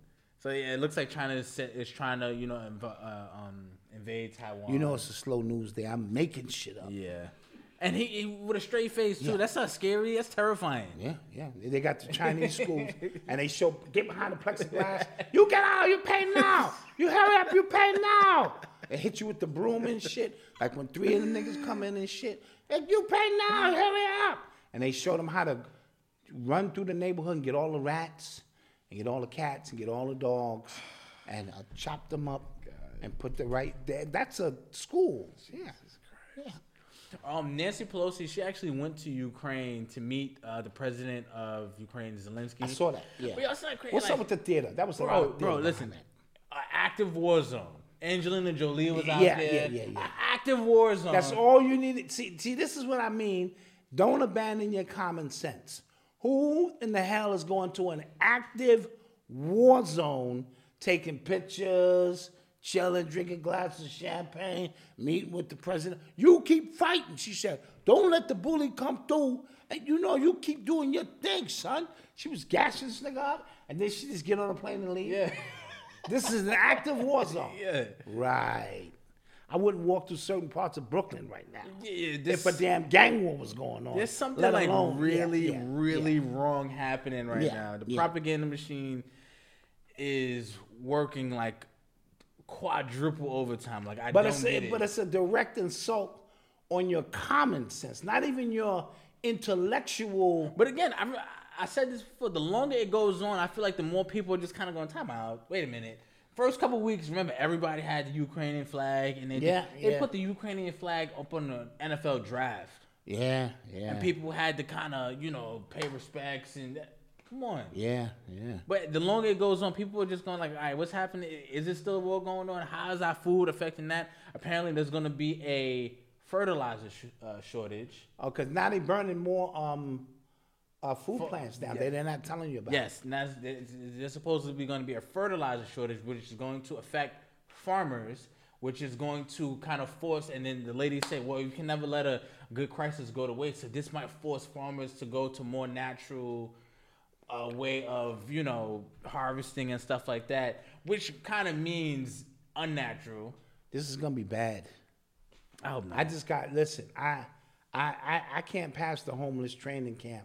So yeah, it looks like China is, set, is trying to you know inv- uh, um, invade Taiwan.
You know, it's a slow news day. I'm making shit up.
Yeah. And he, he with a straight face too. That's not scary. That's terrifying.
Yeah, yeah. They they got the Chinese schools, and they show get behind the plexiglass. You get out. You pay now. You hurry up. You pay now. They hit you with the broom and shit. Like when three of the niggas come in and shit. Like you pay now. Hurry up. And they show them how to run through the neighborhood and get all the rats, and get all the cats, and get all the dogs, and uh, chop them up and put the right. There. That's a school. Yeah. Yeah.
Um, Nancy Pelosi, she actually went to Ukraine to meet uh, the president of Ukraine, Zelensky.
I saw that. Yeah.
But y'all saw that crazy,
What's up
like-
with the theater? That was a lot
Bro,
of theater
bro, listen.
behind that.
An active war zone. Angelina Jolie was out
Yeah,
there.
yeah, yeah, yeah.
An active war zone.
That's all you need. See, see, this is what I mean. Don't abandon your common sense. Who in the hell is going to an active war zone, taking pictures, chilling, drinking glasses of champagne, meeting with the president? You keep fighting, she said. Don't let the bully come through. And you know, you keep doing your thing, son. She was gashing this nigga up, and then she just get on a plane and leave.
Yeah.
This is an active war zone.
Yeah.
Right. I wouldn't walk through certain parts of Brooklyn right now.
Yeah, yeah, this-
if a damn gang war was going on.
There's something
let
like
alone-
really,
yeah, yeah,
really
yeah.
wrong happening right
Yeah,
now. The
yeah.
propaganda machine is working like quadruple overtime. Like I
But
don't
it's
get
a,
it.
but it's a direct insult on your common sense, not even your intellectual.
But again, I, I said this before. The longer it goes on, I feel like the more people are just kind of going time out. Wait a minute. First couple weeks, remember everybody had the Ukrainian flag, and they
Yeah,
they
yeah.
put the Ukrainian flag up on the NFL draft.
Yeah, yeah.
People had to kind of you know pay respects and that- come on.
yeah, yeah.
But the longer it goes on, people are just going like, all right, what's happening? Is this still war going on? How is our food affecting that? Apparently, there's going to be a fertilizer sh- uh, shortage.
Oh, because now they burning more um, uh, food plants down there. They're not telling you about.
Yes, and that's there's there's supposedly going to be a fertilizer shortage, which is going to affect farmers, which is going to kind of force. And then the ladies say, well, you can never let a good crisis go to waste. So this might force farmers to go to more natural uh, way of you know harvesting and stuff like that, which kind of means unnatural.
This is gonna be bad.
I hope not.
I just got listen. I, I, I, I can't pass the homeless training camp.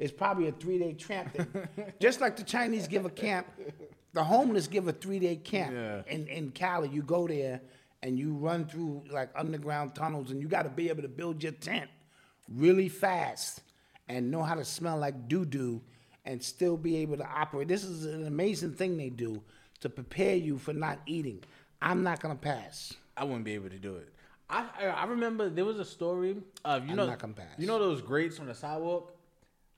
It's probably a three day tramp. That, just like the Chinese give a camp, the homeless give a three day camp. In in Cali, you go there and you run through like underground tunnels, and you got to be able to build your tent really fast and know how to smell like doo doo and still be able to operate. This is an amazing thing they do to prepare you for not eating. I'm not gonna pass.
I wouldn't be able to do it. I I, I remember there was a story of you know
not gonna pass.
you know those grates on the sidewalk.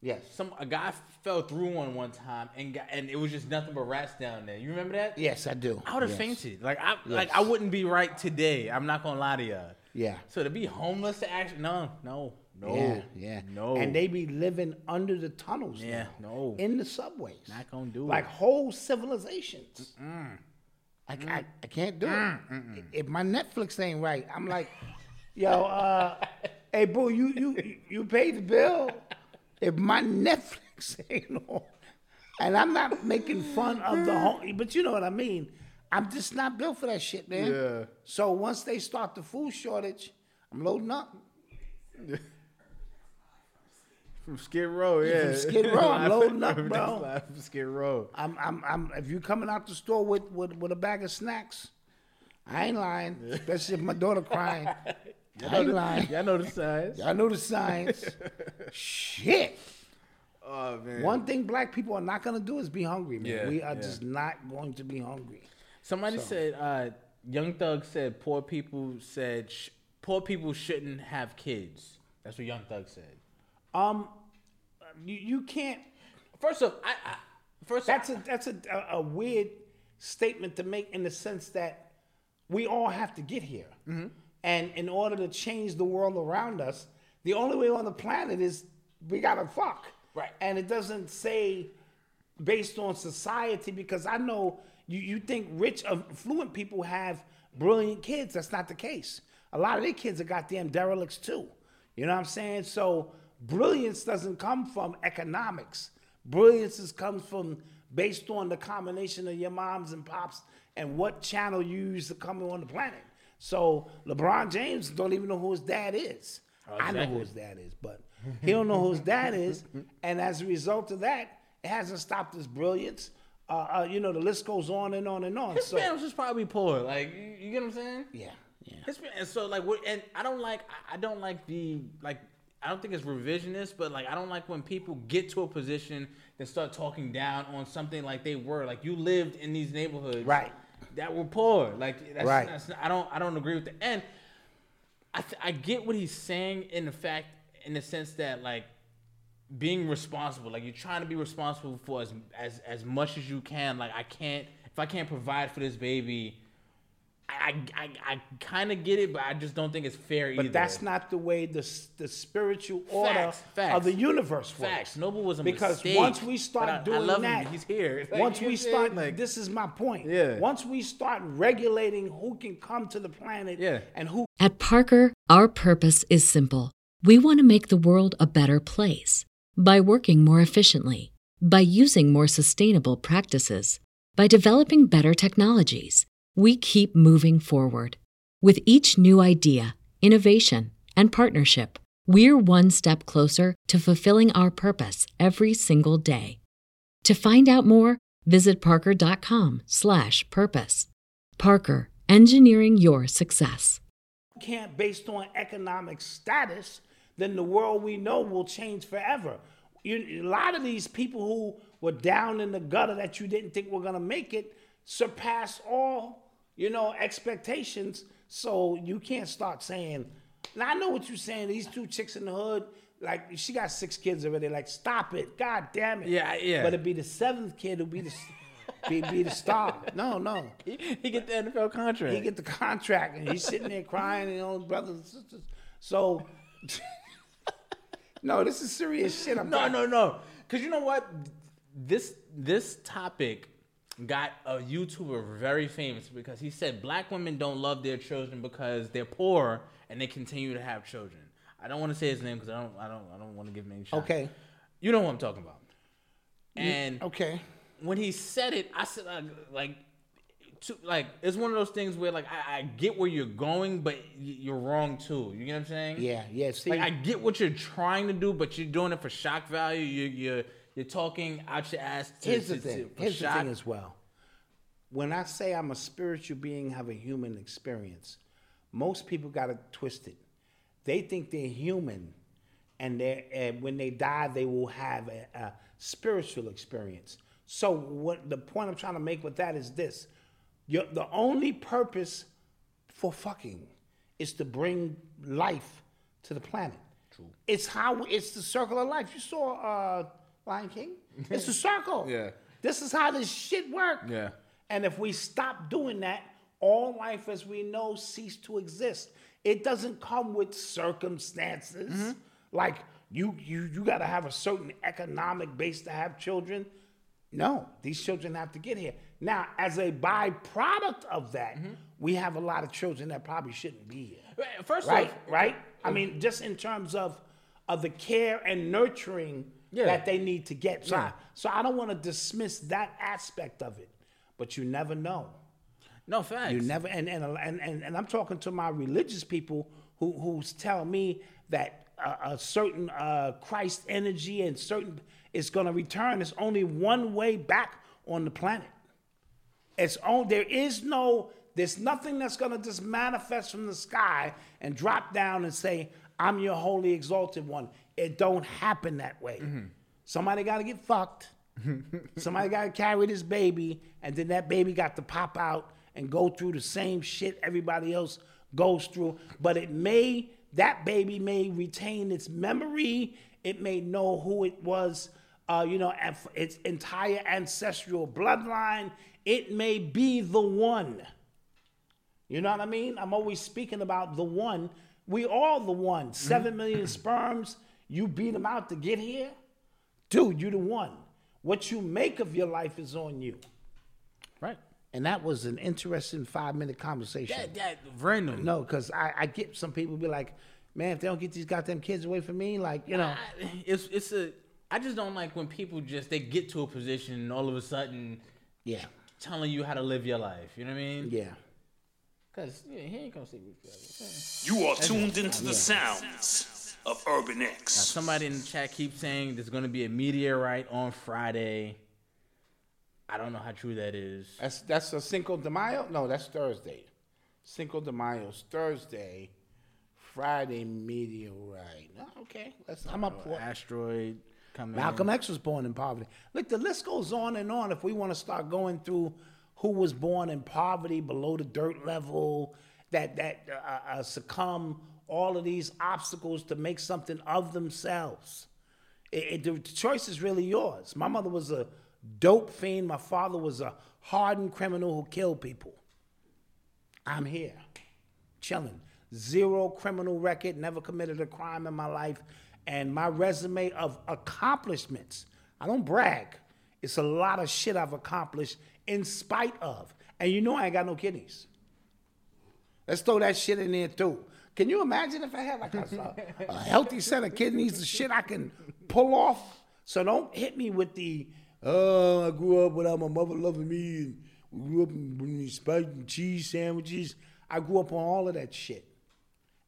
Yes.
some a guy fell through one one time and got, and it was just nothing but rats down there. You remember that?
Yes, I do.
I would have
Yes.
fainted. Like I like I wouldn't be right today. I'm not gonna lie to y'all.
Yeah.
So to be homeless to actually no no no
Yeah, yeah.
no
And they be living under the tunnels.
Yeah,
now,
no.
In the subways.
Not gonna do
like
it.
whole civilizations. I, I, I can't do it. If my Netflix ain't right, I'm like, yo, uh, hey boo, you you you paid the bill. If my Netflix ain't on, and I'm not making fun of the whole, but you know what I mean. I'm just not built for that shit, man.
Yeah.
So once they start the food shortage, I'm loading up.
From Skid Row, yeah.
Skid Row, I'm loading up,
That's
bro.
live From Skid Row.
I'm, I'm, I'm, if you coming out the store with, with, with a bag of snacks, I ain't lying. Especially if my daughter crying. I ain't lying.
Y'all know the signs.
I know the signs. Shit.
Oh man.
One thing black people are not gonna do is be hungry, man.
Yeah,
we are
yeah.
just not going to be hungry.
Somebody said uh, Young Thug said poor people said sh- poor people shouldn't have kids. That's what Young Thug said.
Um, you, you can't.
First off, I, I first
That's a that's a, a, a weird statement to make in the sense that we all have to get here,
Mm-hmm.
and in order to change the world around us, the only way on the planet is we gotta fuck.
Right.
And it doesn't say based on society because I know you, you think rich, uh, affluent people have brilliant kids. That's not the case. A lot of their kids are goddamn derelicts too. You know what I'm saying? So brilliance doesn't come from economics. Brilliance is, comes from based on the combination of your moms and pops and what channel you use to come on the planet. So LeBron James don't even know who his dad is. I know who his dad is, but he don't know who his dad is, and as a result of that, it hasn't stopped his brilliance. Uh, uh, you know, the list goes on and on and on.
this
so
man was just probably poor. Like you, you get what I'm saying?
yeah, yeah,
It's been, and so like what and I don't like I- I don't like the like I don't think it's revisionist, but like I don't like when people get to a position and start talking down on something like they were like you lived in these neighborhoods
Right.
that were poor like that's,
Right.
that's I don't I don't agree with the and I th- I get what he's saying in the fact in the sense that like being responsible like you're trying to be responsible for as as as much as you can like I can't if I can't provide for this baby I I, I, I kind of get it, but I just don't think it's fair either.
but that's not the way the s- the spiritual order
Facts, facts.
of the universe works.
facts. Noble was a
because
mistake,
once we start
but I- I
doing
love him.
that,
He's here. Like,
once
you
we
know what I'm
start,
saying?
Like-
this is my point.
Yeah.
Once we start regulating who can come to the planet
Yeah.
and who
At Parker, our purpose is simple. We want to make the world a better place by working more efficiently, by using more sustainable practices, by developing better technologies. We keep moving forward. With each new idea, innovation, and partnership, we're one step closer to fulfilling our purpose every single day. To find out more, visit parker.com/purpose. Parker, engineering your success.
can't based on economic status, then the world we know will change forever. You, a lot of these people who were down in the gutter that you didn't think were gonna make it surpass all you know expectations. So you can't start saying, "Now I know what you're saying." These two chicks in the hood, like she got six kids already. Like, stop it! God damn it!
Yeah, yeah.
But it'd be the seventh kid who be the be, be the star. No, no.
He get the NFL contract.
He get the contract, and he's sitting there crying, and all his brothers and sisters. So, no, this is serious shit. I'm
No,
not-
no, no. Cause you know what? This this topic got a YouTuber very famous because he said black women don't love their children because they're poor and they continue to have children. I don't want to say his name because I don't I don't I don't want to give him any shot.
Okay,
You know what I'm talking about. And
okay.
when he said it, I said like, like, to, like it's one of those things where like I, I get where you're going, but y- you're wrong too. You know what I'm saying?
Yeah, yeah. See,
Like I get what you're trying to do, but you're doing it for shock value. You you you're talking out your ass. To,
here's
to,
the thing.
to- for
Here's the
shock.
thing as well. When I say I'm a spiritual being, have a human experience, most people got it twisted. They think they're human, and they and when they die, they will have a, a spiritual experience. So what the point I'm trying to make with that is this: Your the only purpose for fucking is to bring life to the planet. True. It's how it's the circle of life. You saw uh, Lion King. It's a circle.
Yeah.
This is how this shit works.
Yeah.
And if we stop doing that, all life as we know cease to exist. It doesn't come with circumstances.
Mm-hmm.
Like you you you gotta have a certain economic base to have children. No, these children have to get here. Now, as a byproduct of that, we have a lot of children that probably shouldn't be here.
Mm-hmm. Right, First
Right,
off, mm-hmm.
right? I mean, just in terms of of the care and nurturing that they need to get. So, I, so I don't want to dismiss that aspect of it. But you never know.
no facts.
You never and and, and and and I'm talking to my religious people who who's tell me that a, a certain uh, Christ energy and certain is going to return. It's only one way back on the planet. It's on. There is no. There's nothing that's going to just manifest from the sky and drop down and say, "I'm your holy exalted one." It don't happen that way. Somebody got to get fucked. Somebody got to carry this baby, and then that baby got to pop out and go through the same shit everybody else goes through. But it may, that baby may retain its memory. It may know who it was, uh, you know, and f- its entire ancestral bloodline. It may be the one. You know what I mean? I'm always speaking about the one. We all the one. Seven million sperms. You beat them out to get here dude, you the one. What you make of your life is on you.
right?
And that was an interesting five minute conversation.
That, that random.
No, because I, I get some people be like, man, if they don't get these goddamn kids away from me, like, you know.
I, it's it's a. I just don't like when people just they get to a position and all of a sudden
yeah,
telling you how to live your life. You know what I mean?
yeah.
Cause yeah, he ain't gonna sleep with you. forever.
You are tuned into the sounds of Urban X.
Somebody in the chat keeps saying there's gonna be a meteorite on Friday. I don't know how true that is.
That's that's a Cinco de Mayo. No, that's Thursday. Cinco de Mayo's Thursday. Friday meteorite. Oh, Okay, let's.
I'm up for it.
Asteroid coming.
Malcolm X was born in poverty. Look, the list goes on and on. If we want to start going through who was born in poverty, below the dirt level, that that uh, uh, succumb all of these obstacles to make something of themselves. It, it, the choice is really yours. My mother was a dope fiend. My father was a hardened criminal who killed people. I'm here, chilling. Zero criminal record, never committed a crime in my life. And my resume of accomplishments, I don't brag. It's a lot of shit I've accomplished in spite of. And you know I ain't got no kidneys. Let's throw that shit in there too. Can you imagine if I had like a, a- a healthy set of kidneys, the shit I can pull off? So don't hit me with the, oh, I grew up without my mother loving me and we grew up in in spiked and cheese sandwiches. I grew up on all of that shit.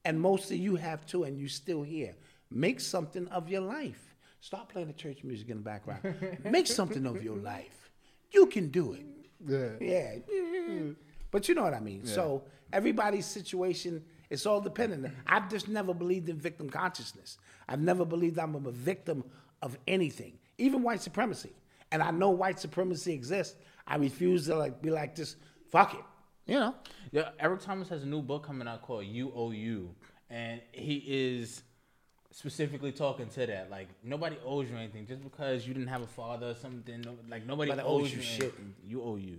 And most of you have too, and you still here. Make something of your life. Stop playing the church music in the background. Make something of your life. You can do it. Yeah. Yeah. But you know what I mean. So everybody's situation, it's all dependent. I've just never believed in victim consciousness. I've never believed I'm a victim of anything, even white supremacy. And I know white supremacy exists. I refuse to like be like this. Fuck it. You know.
Yeah, Eric Thomas has a new book coming out called UOU, and he is specifically talking to that. Like nobody owes you anything just because you didn't have a father or something. No, like nobody
Nobody
owes,
owes
you
you shit.
anything. You owe you.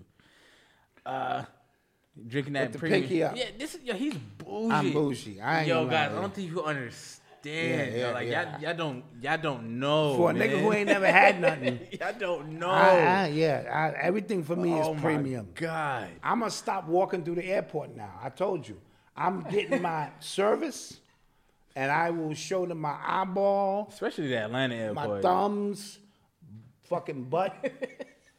Uh, drinking that
the
premium-
pinky up.
Yeah, this is yo. He's bougie.
I'm bougie. I ain't
yo,
gonna lie
guys,
to
I
you.
don't think you understand.
Yeah,
yo.
yeah,
like
yeah.
y'all, y'all don't, y'all don't know.
For a
man.
nigga who ain't never had nothing.
y'all don't know.
I- I- yeah, I, everything for me
oh
is
my
premium.
God.
I'm gonna stop walking through the airport now. I told you, I'm getting my service, and I will show them my eyeball,
Especially the Atlanta
my
airport.
thumbs, fucking butt,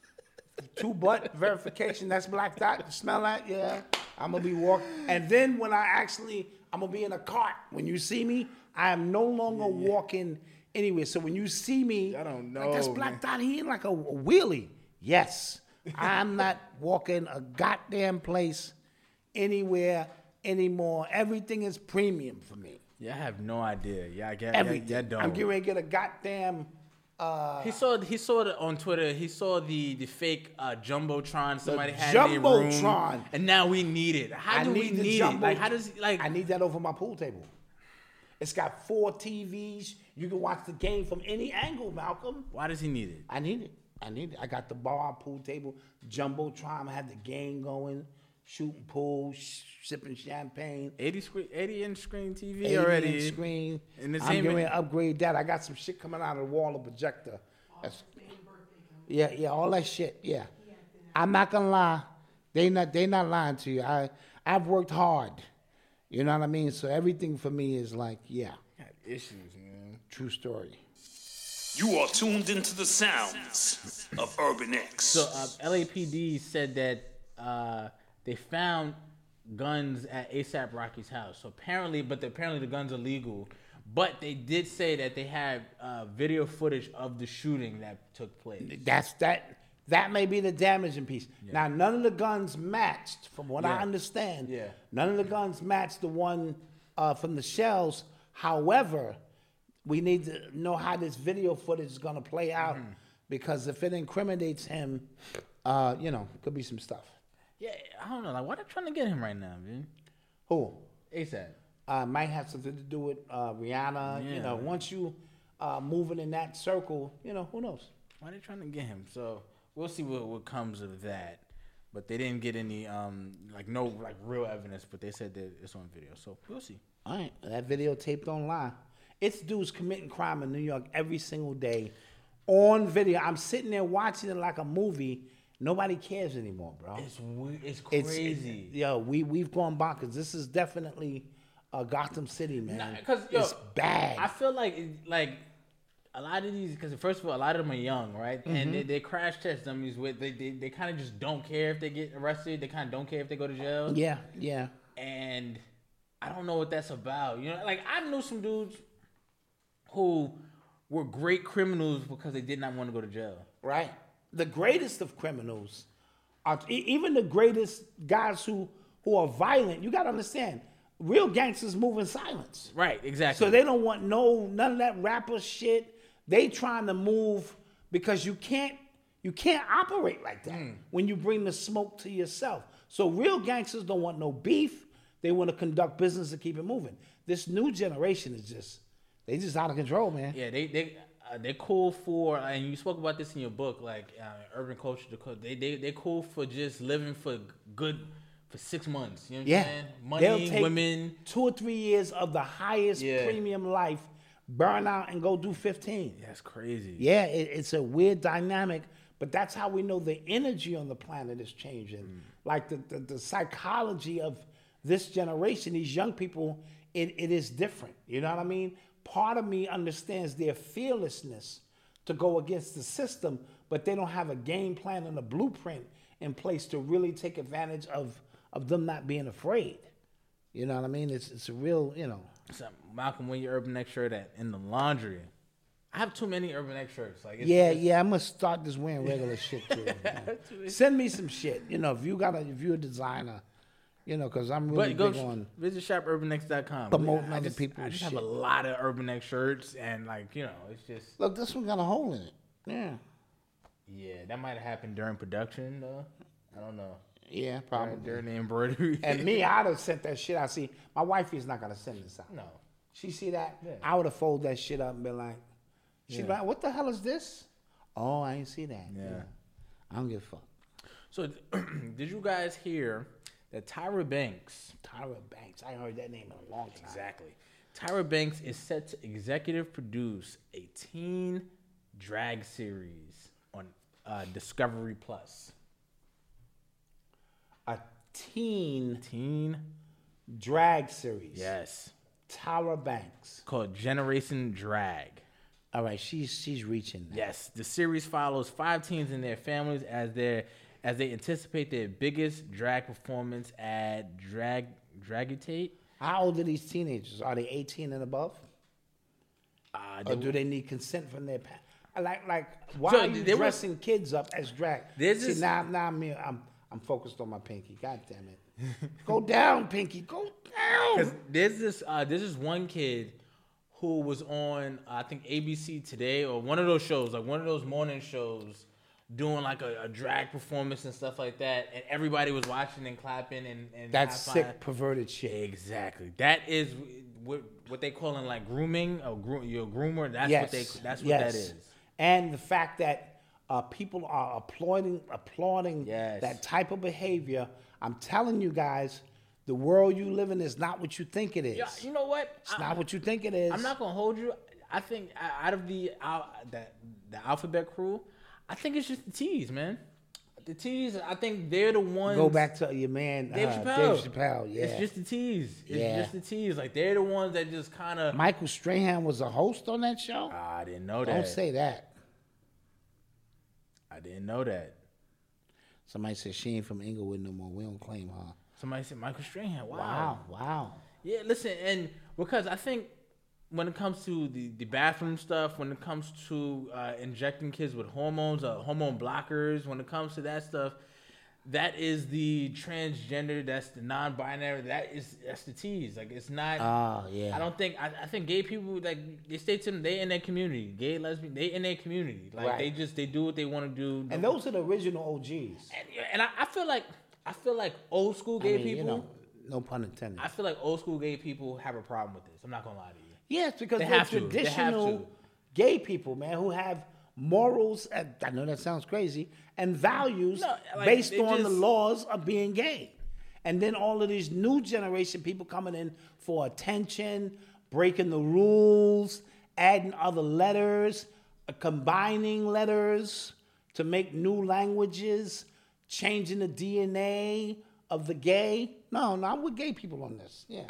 two butt verification. That's black dot. Smell that? Yeah. I'm gonna be walking, and then when I actually, I'm gonna be in a cart. When you see me, I am no longer walking anywhere. So when you see me,
I don't
Like that's
know,
black dot. He ain't like a wheelie. Yes, I'm not walking a goddamn place anywhere anymore. Everything is premium for me.
Y'all have no idea. Y'all, y'all,
Everything.
y'all don't.
I'm getting ready to get a goddamn. Uh,
He saw he saw the, on Twitter. He saw the the fake uh, jumbotron somebody had in their room,
jumbotron.
and now we need it. How
I
do
need
we
the
need it?
jumbo.
Like how does like
I need that over my pool table. It's got four TVs. You can watch the game from any angle, Malcolm.
why does he need it?
I need it. I need it. I got the bar, pool table, jumbotron. I had the game going, shooting pool, sh- sipping champagne.
80 screen, 80 inch screen TV
80
already.
inch screen.
And it's
I'm
aiming-
getting ready to upgrade that. I got some shit coming out of the wall, a projector. That's, yeah, yeah, all that shit. Yeah, I'm not gonna lie. They not they not lying to you. I I've worked hard. You know what I mean. So everything for me is like yeah,
Issues, man.
true story.
You are tuned into the sounds of Urban X.
So uh, LAPD said that uh, they found guns at ASAP Rocky's house. So apparently, but the, apparently the guns are legal. But they did say that they had uh, video footage of the shooting that took place.
That's that. That may be the damaging piece. Now, none of the guns matched, from what I
Yeah.
understand.
Yeah.
None of the guns matched the one uh, from the shells. However, we need to know how this video footage is going to play out
Mm-hmm.
because if it incriminates him, uh, you know, could be some stuff.
Yeah, I don't know. Like, why they trying to get him right now, dude?
Who?
ASAP.
Uh, might have something to do with uh, Rihanna. You
Yeah.
know, once you uh, moving in that circle, you know, who knows?
Why they trying to get him? So we'll see what, what comes of that. But they didn't get any um like no like real evidence, but they said that it's on video. So we'll see.
All right, that videotape don't lie. It's dudes committing crime in New York every single day on video. I'm sitting there watching it like a movie. Nobody cares anymore, bro.
It's weird. It's
It's-
crazy.
it- yo, we we've gone bonkers. This is definitely uh, Gotham City, man.
Because yo,
it's bad.
I feel like it- like a lot of these because first of all, a lot of them are young, right? And they, they crash test dummies with they they, they kind of just don't care if they get arrested. They kind of don't care if they go to jail.
yeah, yeah.
and I don't know what that's about. You know, like I knew some dudes who were great criminals because they did not want to go to jail.
Right. The greatest of criminals are e- even the greatest guys who who are violent. You got to understand, real gangsters move in silence.
Right, exactly.
So they don't want no none of that rapper shit. They trying to move because you can't you can't operate like that
Hmm.
when you bring the smoke to yourself. So real gangsters don't want no beef. They want to conduct business and keep it moving. This new generation is just they just out of control, man.
yeah, they they uh, they cool for and you spoke about this in your book, like uh, urban culture. the co- They they they cool for just living for good for six months. You know what
Yeah.
I'm saying?
They'll
Money,
take
women.
Two or three years of the highest
Yeah.
premium life, burn out and go do 15.
That's crazy.
Yeah, it, it's a weird dynamic, but that's how we know the energy on the planet is changing. Like the, the, the psychology of this generation, these young people, it, it is different. You know what I mean? Part of me understands their fearlessness to go against the system, but they don't have a game plan and a blueprint in place to really take advantage of, of them not being afraid. You know what I mean? It's, it's a real, you know.
So, Malcolm, where your urban X shirt at in the laundry? I have too many Urban X shirts. Like, it's,
Yeah, yeah, I'm gonna start just wearing regular shit too. man. Send me some shit, you know, if you got a if you're a designer, you know, because I'm really
But go
big on.
visit shopurbanx.com.
Promoting
I
other
just- I
people's
just have
shit.
a lot of Urban X shirts, and like you know, it's just
Look, this one got a hole in it. Yeah,
yeah, that might have happened during production. though. I don't know
yeah, probably.
during the embroidery.
And me, I'd have sent that shit out. See, my wife is not gonna send this out.
no,
She see that? I would have folded that shit up and been like, she'd be like, what the hell is this? Oh, I ain't see that.
yeah.
I don't give a fuck.
So, did you guys hear that Tyra Banks?
Tyra Banks. I ain't heard that name in a long time.
Exactly. Tyra Banks is set to executive produce a teen drag series on uh, Discovery Plus.
A teen
Teen,
drag series.
yes,
Tyra Banks.
called Generation Drag.
All right, she's she's reaching. now.
Yes, the series follows five teens and their families as their as they anticipate their biggest drag performance at drag dragutate.
How old are these teenagers? Are they 18 and above?
Uh,
Or do they need consent from their parents? Like, like, why
So
are you
there was-
dressing kids up as drag?
There's
See,
this-
now, now I'm, here- I'm, I'm focused on my pinky. God damn it. Go down, pinky. Go down.
Because there's this uh, there's this one kid who was on uh, I think ABC Today or one of those shows, like one of those morning shows, doing like a, a drag performance and stuff like that, and everybody was watching and clapping and, and
That's
high-fiving.
sick, perverted shit.
Exactly. That is what what they calling like grooming or gro- your groomer. That's
yes.
what they that's what
yes.
that is.
And the fact that uh, people are applauding, applauding
Yes.
that type of behavior. I'm telling you guys, the world you live in is not what you think it is.
Yeah, you know what?
it's
I-
not what you think it is.
I'm not gonna hold you. I think uh, out of the out the, the alphabet crew, I think it's just the T's, man. The T's. I think they're the ones.
Go back to your man,
Dave
uh,
Chappelle.
Dave Chappelle. Yeah.
It's just the T's. It's
Yeah.
just the T's. Like they're the ones that just kind of.
Michael Strahan was a host on that show.
I didn't know that.
Don't say that.
I didn't know that.
Somebody said she ain't from Inglewood no more. We don't claim her.
Somebody said Michael Strahan.
Wow, wow.
Yeah, listen, and because I think when it comes to the, the bathroom stuff, when it comes to uh, injecting kids with hormones, uh, hormone blockers, when it comes to that stuff, that is the transgender, that's the non-binary, that is that's the tease. Like it's not.
Oh yeah.
I don't think I, I think gay people like they stay to them. They in their community, gay, lesbian, they in their community. Like they
Right.
just they do what they want to do.
and those are the original OGs.
and, and I, I feel like I feel like old school gay
I mean,
people.
you know, no pun intended.
I feel like old school gay people have a problem with this. I'm not gonna lie to you.
yes, because
They
they
have
have
to. They have
traditional
to.
gay people, man, who have morals. And, I know that sounds crazy, and values
No, like,
based
they
on the
just-
laws of being gay. And then all of these new generation people coming in for attention, breaking the rules, adding other letters, uh, combining letters to make new languages, changing the DNA of the gay. No, no, I'm with gay people on this. Yeah.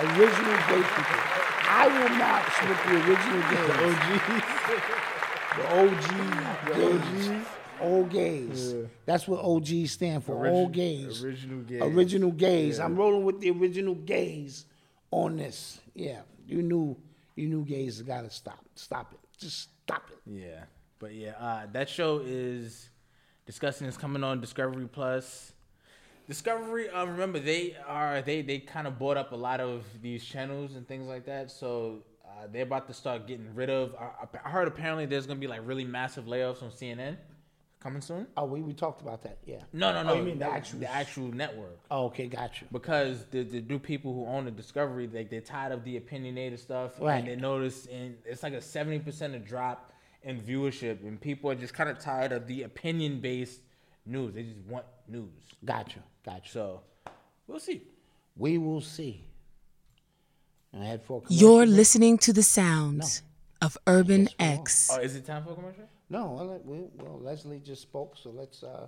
Original gay people. I will match with the original gays. The OGs. The OGs. Old gays. That's what OGs stand for. old gays. Original gays. Original gays. I'm rolling with the original gays on this. Yeah. You knew you knew gays gotta stop. Stop it. Just stop it.
Yeah, but yeah, uh, that show is discussing is coming on Discovery Plus. Discovery, uh, remember they are they they kind of bought up a lot of these channels and things like that, so uh, they're about to start getting rid of. I, I heard apparently there's gonna be like really massive layoffs on CNN coming soon.
Oh, we, we talked about that. Yeah.
No, no, no.
Oh, you mean the actual
the actual network?
Oh, okay, got you.
because the, the new people who own the discovery like they're tired of the opinionated stuff
Right.
and they notice and it's like a 70% of drop in viewership and people are just kind of tired of the opinion based news they just want news
Got you. Got you.
so we'll see
We will see. And I had four
You're
commercials.
listening to the sounds of Urban X.
oh is it time for a commercial
No, well, we, well, Leslie just spoke, so let's. Uh,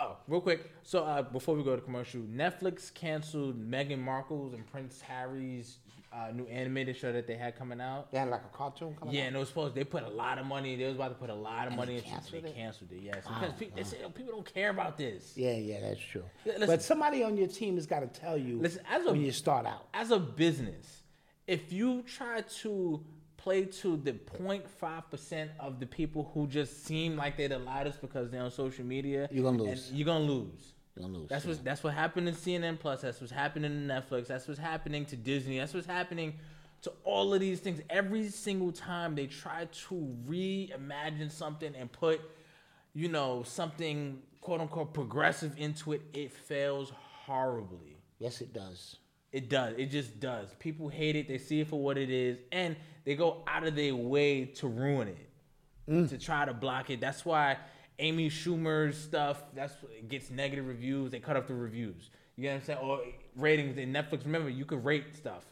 oh real quick so uh, before we go to commercial netflix canceled meghan markle's and prince harry's uh, new animated show that they had coming out
they had like a cartoon coming
Yeah,
out.
and it was supposed. They put a lot of money. They was about to put a lot of money.
they
into
canceled
They
it?
canceled it. Yes, because people, they say, "Oh, people don't care about this.
Yeah, yeah, that's true.
Yeah, listen.
but somebody on your team has got to tell you
Listen, as a-
when you start out.
As a business, if you try to play to the 0.5 percent of the people who just seem like they're the loudest because they're on social media.
You're gonna
and
lose.
You're gonna lose.
You're gonna lose,
That's what that's what happened in CNN Plus. That's what's happening to Netflix. That's what's happening to Disney. That's what's happening to all of these things. Every single time they try to reimagine something and put, you know, something quote unquote progressive into it, it fails horribly.
Yes, it does.
It does. It just does. People hate it. They see it for what it is, and they go out of their way to ruin it,
Mm.
to try to block it. That's why Amy Schumer's stuff that's it gets negative reviews. They cut off the reviews. You know what I'm saying? Or ratings in Netflix. Remember, you could rate stuff.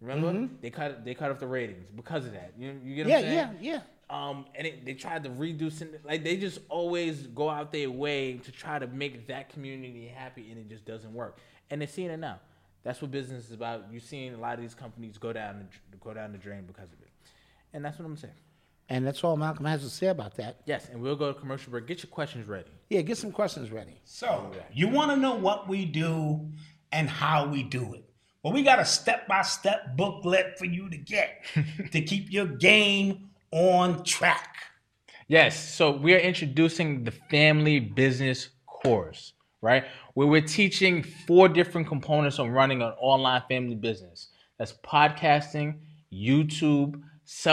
Remember, they cut they cut off the ratings because of that. You, you get what
Mm-hmm. Yeah,
I'm saying?
yeah, yeah.
Um, and it, they tried to redo syn- like they just always go out their way to try to make that community happy, and it just doesn't work. And they're seeing it now. That's what business is about. You're seeing a lot of these companies go down the, dr- go down the drain because of it, and that's what I'm saying.
And that's all Malcolm has to say about that.
Yes, and we'll go to commercial break. Get your questions ready.
Yeah, get some questions ready.
So, you want to know what we do and how we do it. Well, we got a step by step booklet for you to get to keep your game on track.
Yes, so we are introducing the family business course, right? Where we're teaching four different components on running an online family business. That's podcasting, YouTube,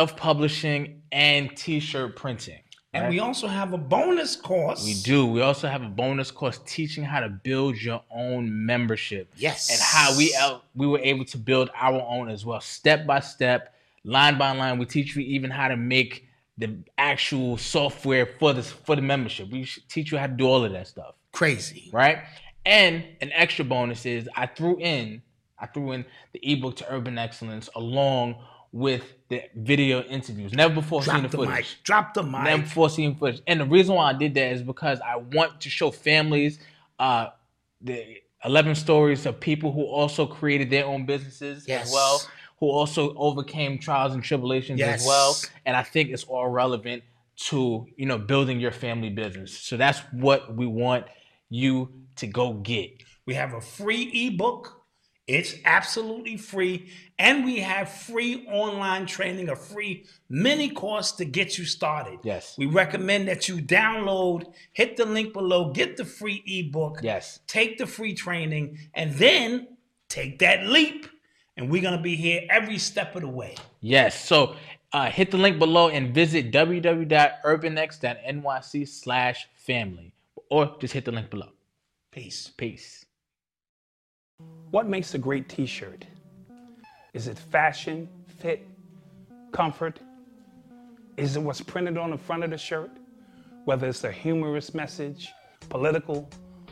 self-publishing, and t-shirt printing.
And we also have a bonus course.
We do. We also have a bonus course teaching how to build your own membership.
Yes.
And how we out, we were able to build our own as well, step by step, line by line. We teach you even how to make the actual software for this for the membership. We sh- teach you how to do all of that stuff,
Crazy.
right? And an extra bonus is I threw in I threw in the ebook to urban excellence along with the video interviews. Never before seen
Drop
the
the
footage
mic. Drop the mic.
them foreseen footage. And the reason why I did that is because I want to show families uh, the 11 stories of people who also created their own businesses
Yes.
as well, who also overcame trials and tribulations
Yes.
as well. And I think it's all relevant to you know building your family business. So that's what we want you to go get.
We have a free ebook. It's absolutely free. And we have free online training, a free mini course to get you started.
Yes.
We recommend that you download, hit the link below, get the free ebook,
Yes.
take the free training, and then take that leap. And we're going to be here every step of the way.
Yes. So uh, hit the link below and visit www.urbanx.nyc slash family or just hit the link below.
Peace.
Peace.
What makes a great t shirt? Is it fashion, fit, comfort? Is it what's printed on the front of the shirt? Whether it's a humorous message, political,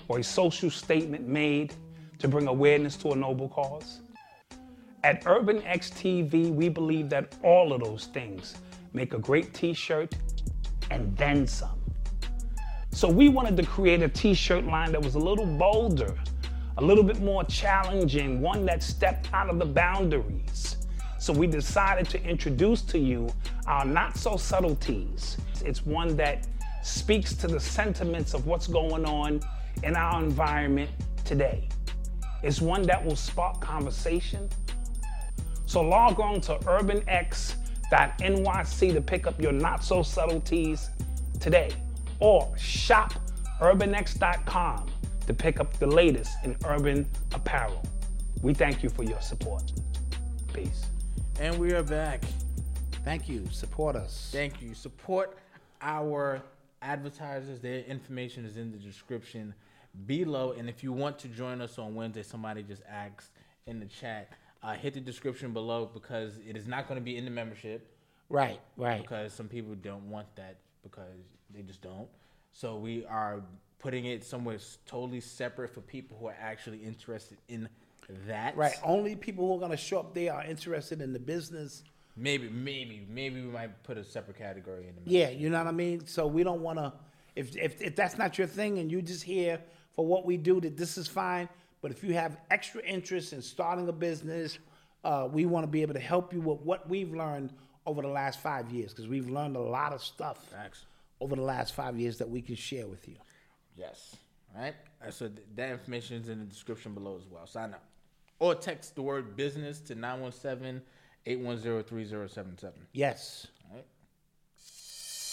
or a social statement made to bring awareness to a noble cause? At Urban X TV, we believe that all of those things make a great t shirt and then some. So we wanted to create a t-shirt line that was a little bolder, a little bit more challenging, one that stepped out of the boundaries. So we decided to introduce to you our not so subtleties. It's one that speaks to the sentiments of what's going on in our environment today. It's one that will spark conversation. So log on to urbanx.nyc to pick up your not so subtleties today or shop urbanx.com to pick up the latest in urban apparel. We thank you for your support. Peace.
And we are back.
Thank you. Support us.
Thank you. Support our advertisers. Their information is in the description below. And if you want to join us on Wednesday, somebody just asked in the chat. Uh, hit the description below because it is not going to be in the membership
Right, right.
because some people don't want that because they just don't. So we are putting it somewhere s- totally separate for people who are actually interested in that.
Right. Only people who are going to show up there are interested in the business.
Maybe, maybe, maybe we might put a separate category in the
Yeah, you know what I mean? So we don't want to, if, if, if that's not your thing and you just here for what we do, that this is fine. But if you have extra interest in starting a business, uh, we want to be able to help you with what we've learned over the last five years because we've learned a lot of stuff
Facts.
over the last five years that we can share with you.
Yes. All right. Uh, So th- that information is in the description below as well. Sign up. Or text the word business to 917 8103077.
Yes.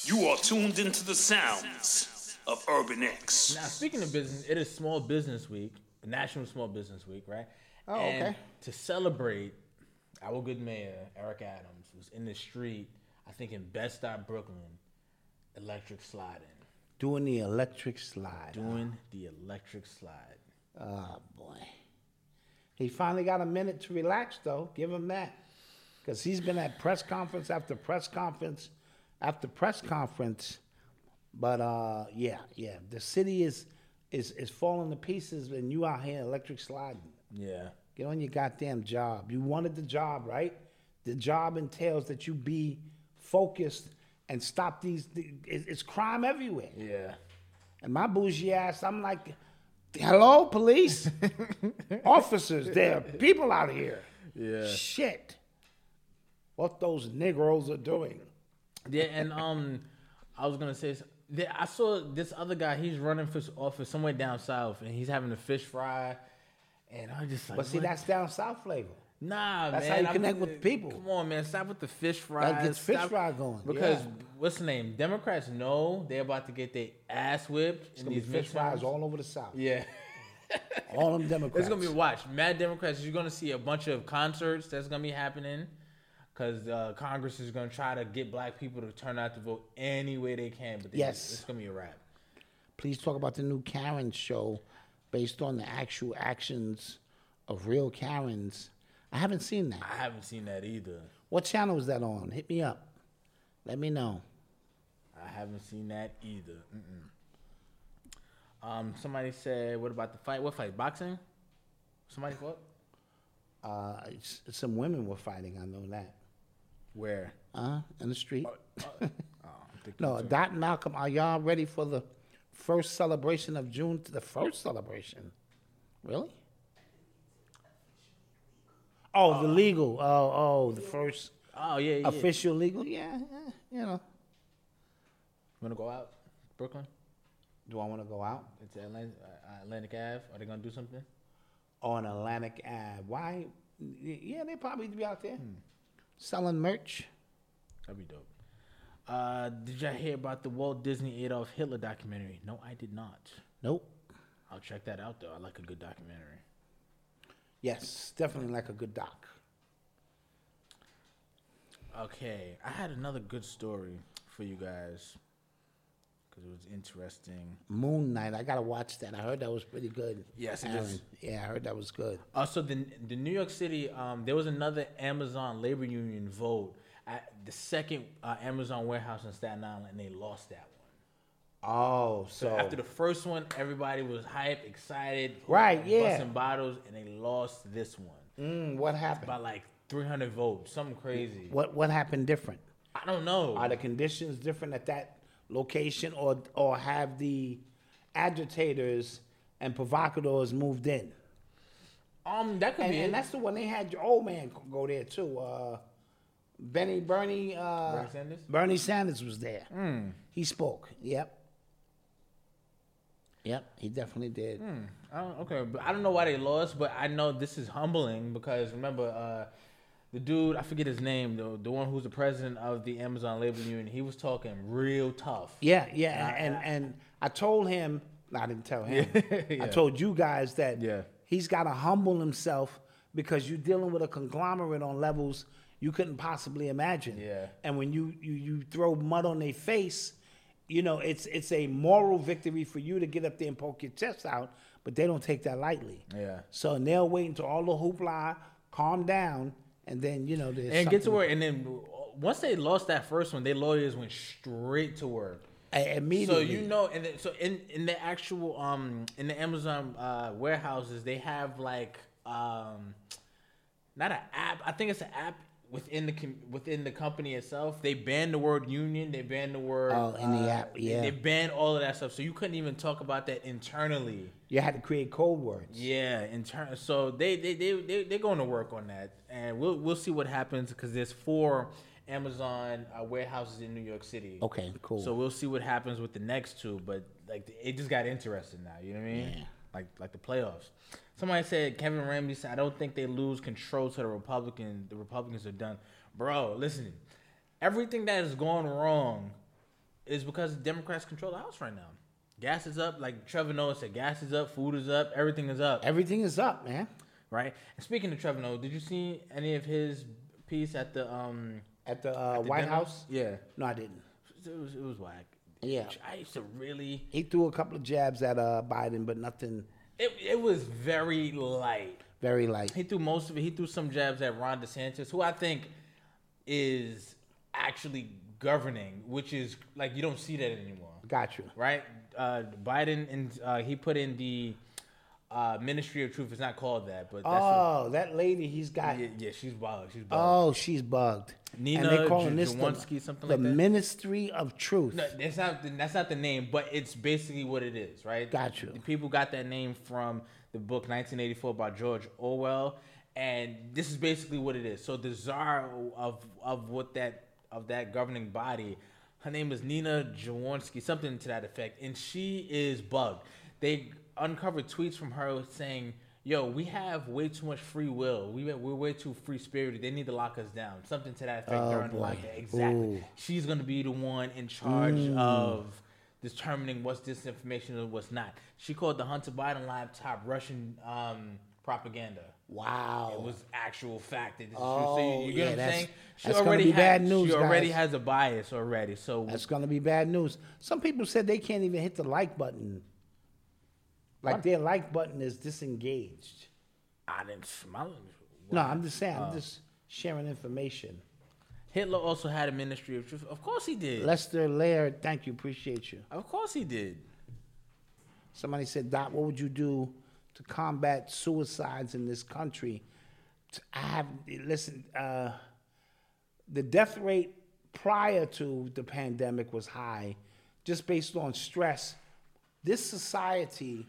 You are tuned into the sounds of Urban X.
Now, speaking of business, it is Small Business Week, National Small Business Week, right?
Oh,
And
okay.
To celebrate, our good mayor, Eric Adams, was in the street, I think in Best Stop, Brooklyn, electric sliding,
Doing the electric slide.
doing the electric slide.
Oh boy. He finally got a minute to relax though. Give him that. Cause he's been at press conference after press conference after press conference. But uh yeah, yeah. The city is is is falling to pieces and you out here electric sliding.
Yeah.
Get on your goddamn job. You wanted the job, right? The job entails that you be focused and stop these. th- it- It's crime everywhere.
Yeah.
And my bougie ass, I'm like, hello, police, officers, there are people out here.
Yeah.
Shit. What those Negroes are doing.
Yeah, and um, I was gonna say, s- there- I saw this other guy. He's running for s- office somewhere down south, and he's having a fish fry. And I'm just like,
But see,
what?
that's down south flavor.
nah,
that's how
man.
you connect with people.
Come on, man, stop with the fish fries.
That gets fish
stop-
fry going,
Because
yeah.
what's the name? Democrats know they're about to get their ass whipped
It's
in
gonna be
these
fish
midterms.
fries all over the south.
Yeah.
All them Democrats.
It's gonna be watch. Mad Democrats. You're gonna see a bunch of concerts that's gonna be happening, because uh, Congress is gonna try to get black people to turn out to vote any way they can. But they,
Yes.
it's gonna be a wrap.
Please talk about the new Karen show based on the actual actions of real Karens. I haven't seen that.
I haven't seen that either.
What channel is that on? Hit me up. Let me know.
I haven't seen that either. Mm-mm. Um, somebody said, "What about the fight? What fight? Boxing? Somebody fought?
Uh, s- some women were fighting. I know that.
Where?
Uh, in the street. no, Dot and Malcolm, are y'all ready for the first celebration of June? The first celebration? Really? Oh, the legal. Oh, oh, the first
Oh yeah, yeah.
official legal. Yeah, yeah, you know.
Want to go out? Brooklyn?
Do I want to go out
It's Atlantic, uh, Atlantic Ave. Are they gonna do something?
on Atlantic Ave? Why? y- Yeah, they probably be out there selling merch.
That'd be dope. Uh, did y'all hear about the Walt Disney Adolf Hitler documentary? No, I did not.
Nope.
I'll check that out though. I like a good documentary.
Yes, definitely like a good doc.
Okay, I had another good story for you guys because it was interesting.
Moon Knight. I gotta watch that. I heard that was pretty good.
Yes, it
Aaron.
is.
Yeah, I heard that was good.
Also, the the New York City, um, there was another Amazon labor union vote at the second uh, Amazon warehouse in Staten Island, and they lost that one.
Oh, so,
After the first one, everybody was hype, excited,
Right, yeah.
busting bottles, and they lost this one Hmm,
Mm, what happened?
by like 300 votes, something crazy.
What what happened different?
I don't know.
Are the conditions different at that location, or or have the agitators and provocateurs moved in?
um, that could
And,
be.
and
it.
that's the one they had your old man go there too. Uh, Benny Bernie uh,
Bernie Sanders? Hmm.
Bernie Sanders was there. He spoke. Yep. Yep, he definitely did.
Hmm. I don't, okay, but I don't know why they lost, but I know this is humbling because remember, uh, the dude I forget his name, the the one who's the president of the Amazon Labor Union, he was talking real tough.
Yeah, yeah, and and, and I told him, I didn't tell him. I told you guys that
Yeah.
he's got to humble himself because you're dealing with a conglomerate on levels you couldn't possibly imagine.
Yeah.
And when you you you throw mud on their face, you know it's it's a moral victory for you to get up there and poke your chest out, but they don't take that lightly.
Yeah.
So they'll wait until all the hoopla calm down, and then you know there's
and get to
something-
work, and then uh, once they lost that first one, their lawyers went straight to work.
A- immediately.
So you know, and then, so in in the actual um in the Amazon uh, warehouses, they have like um not an app. I think it's an app within the com- within the company itself. They banned the word union. They banned the word
Oh, in the app,
they-
yeah.
They banned all of that stuff, so you couldn't even talk about that internally.
you had to create code words.
Yeah, in turn, so they they they they they're going to work on that, and we'll we'll see what happens because there's four Amazon uh, warehouses in New York City.
Okay, cool.
So we'll see what happens with the next two, but like it just got interesting now. You know what I mean?
Yeah.
Like like the playoffs. Somebody said Kevin Ramsey said I don't think they lose control to the Republican. The Republicans are done. Bro, listen. Everything that is going wrong is because the Democrats control the House right now. Gas is up, like Trevor Noah said. Gas is up, food is up, everything is up.
Everything is up, man.
Right. And speaking of Trevor Noah, did you see any of his piece at the um
at the, uh, White
dinner?
House?
Yeah,
No, I didn't.
it was it was whack.
Yeah.
I used to really.
He threw a couple of jabs at uh, Biden, but nothing
It it was very light.
very light.
He threw most of it. He threw some jabs at Ron DeSantis, who I think is actually governing, which is like you don't see that anymore,
Got you.
right? Uh, Biden and uh, he put in the uh, Ministry of Truth. It's not called that, but that's what-
Oh, that lady he's got.
yeah, yeah, she's wild. She's wild.
Oh, she's bugged.
Nina
and they're calling
Ju-
this the,
Jaworski, something
the
like that?
Ministry of Truth.
No, that's not the, that's not the name, but it's basically what it is, right?
Got you.
The people got that name from the book 1984 by George Orwell, and this is basically what it is. So the czar of of what that of that governing body, her name is Nina Jaworski, something to that effect, and she is bugged. They uncovered tweets from her saying. Yo, we have way too much free will. We we're way too free spirited. They need to lock us down. Something to that effect.
Oh,
during the lockdown. Exactly. She's gonna be the one in charge
Mm.
of determining what's disinformation and what's not. She called the Hunter Biden laptop Russian um, propaganda.
Wow.
It was actual fact. That this is true. So
Oh,
you, you
yeah,
get what I'm
that's-
saying? She
that's gonna
already
be
has,
bad news,
She already
guys.
has a bias already. So
That's going to be bad news. Some people said they can't even hit the like button. Like their like button is disengaged.
I didn't smile.
No, I'm just saying, I'm just sharing information.
Hitler also had a ministry of truth. Of course he did.
Lester Laird, thank you, appreciate you.
of course he did.
Somebody said, Doc, what would you do to combat suicides in this country? T- I have, listen, uh, the death rate prior to the pandemic was high just based on stress. This society,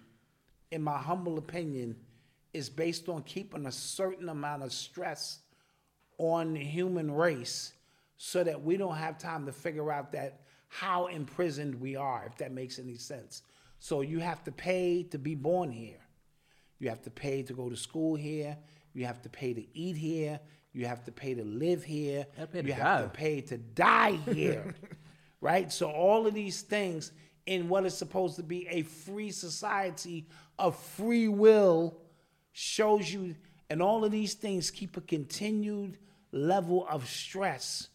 in my humble opinion, is based on keeping a certain amount of stress on the human race so that we don't have time to figure out that how imprisoned we are, if that makes any sense. So you have to pay to be born here. You have to pay to go to school here. You have to pay to eat here. You have to pay to live here.
You gotta pay to
you have
die.
to pay to die here. right? So all of these things in what is supposed to be a free society of free will shows you and all of these things keep a continued level of stress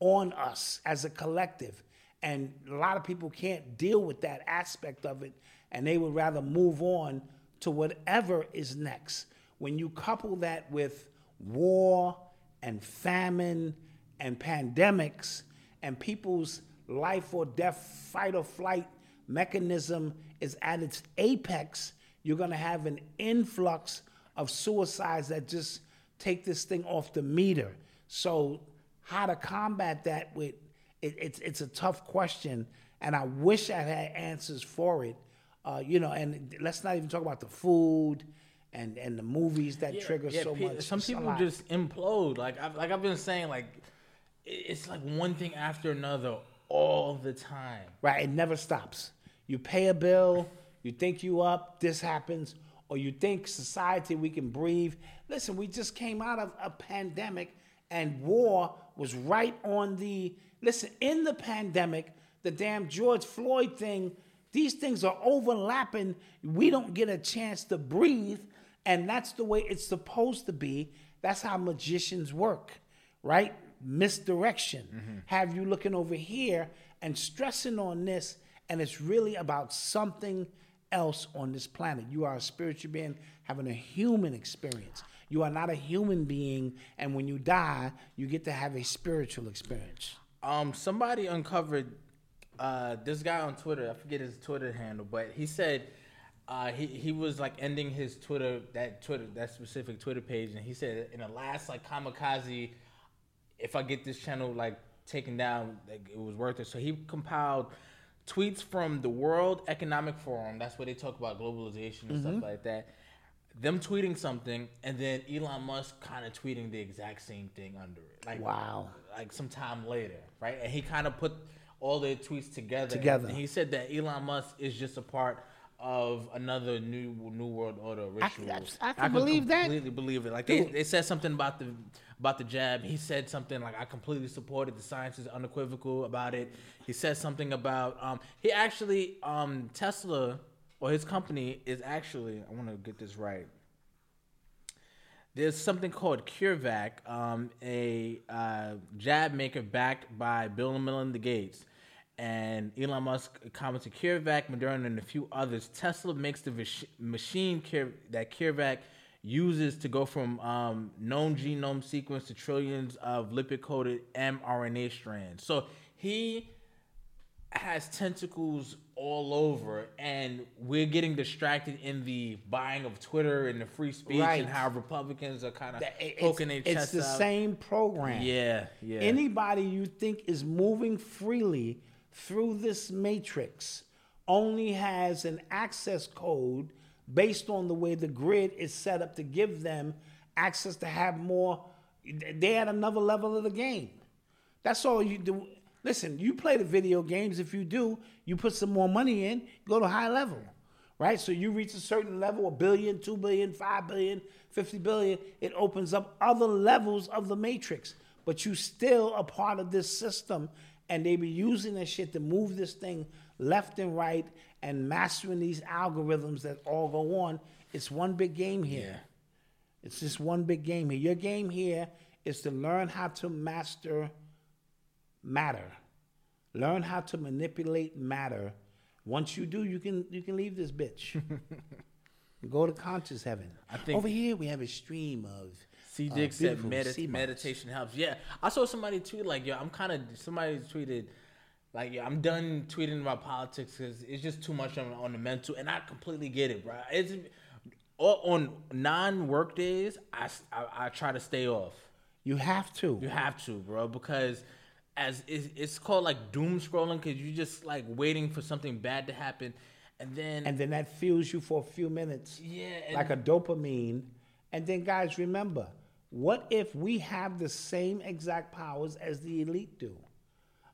on us as a collective. And a lot of people can't deal with that aspect of it, and they would rather move on to whatever is next. When you couple that with war and famine and pandemics and people's life or death, fight or flight mechanism is at its apex, you're going to have an influx of suicides that just take this thing off the meter. So, how to combat that with it, it's it's a tough question, and I wish I had answers for it. Uh, you know, and let's not even talk about the food and and the movies that trigger so
pe-
much.
Some
It's a
people
lot.
just implode. Like I've, like I've been saying, like i- it's like one thing after another all the time.
right? It never stops. You pay a bill, you think you up, this happens, or you think society we can breathe. Listen, we just came out of a pandemic and war was right on the listen, in the pandemic, the damn George Floyd thing, these things are overlapping. We don't get a chance to breathe, and that's the way it's supposed to be. That's how magicians work right? Misdirection.
Mm-hmm.
Have you looking over here and stressing on this, and it's really about something else on this planet. You are a spiritual being having a human experience. You are not a human being, and when you die, you get to have a spiritual experience.
Um, somebody uncovered uh, this guy on Twitter. I forget his Twitter handle, but he said uh, he he was like ending his Twitter that Twitter that specific Twitter page, and he said in the last like kamikaze, if I get this channel like taken down, like, it was worth it. So he compiled tweets from the World Economic Forum. That's where they talk about globalization and stuff like that. Them tweeting something, and then Elon Musk kind of tweeting the exact same thing under it. Like
Wow.
like some time later, right? And he kind of put all their tweets together.
Together.
And he said that Elon Musk is just a part of another new new world order ritual.
I can- I can believe that.
Completely believe it. Like they,
Dude.
they said something about the about the jab. He said something like I completely support it. The science is unequivocal about it. He said something about um he actually um Tesla or his company is actually I want to get this right. There's something called CureVac, um, a uh, jab maker backed by Bill and Melinda Gates. And Elon Musk commented CureVac, Moderna, and a few others. Tesla makes the vac- machine Cure- that CureVac uses to go from um, known genome sequence to trillions of lipid coated mRNA strands. So he has tentacles all over, and we're getting distracted in the buying of Twitter and the free speech
Right.
and how Republicans are kind of
That- it-
poking their
it's,
chests
it's the
out.
same program.
Yeah, yeah.
Anybody you think is moving freely through this matrix only has an access code based on the way the grid is set up to give them access to have more. They're at another level of the game. That's all you do. Listen, you play the video games. If you do, you put some more money in, go to high level, right? So you reach a certain level, a billion, two billion, five billion, fifty billion. It opens up other levels of the matrix, but you still a part of this system, and they be using that shit to move this thing left and right and mastering these algorithms that all go on. It's one big game here. It's just one big game here. Your game here is to learn how to master matter. Learn how to manipulate matter. Once you do, you can you can leave this bitch. Go to conscious heaven. I
think-
Over here we have a stream of
C.
uh,
Dick said
beautiful
medit-
sea mountains.
meditation helps. Yeah, I saw somebody tweet like, "Yo, I'm kind of." Somebody tweeted, "Like, yo, I'm done tweeting about politics because it's just too much on, on the mental." And I completely get it, bro. It's o- on non-work days. I, s- I- I try to stay off.
You have to.
You have to, bro, because as it's, it's called like doom scrolling because you're just like waiting for something bad to happen, and then
and then that fuels you for a few minutes.
Yeah, and-
like a dopamine. And then, guys, remember, what if we have the same exact powers as the elite do,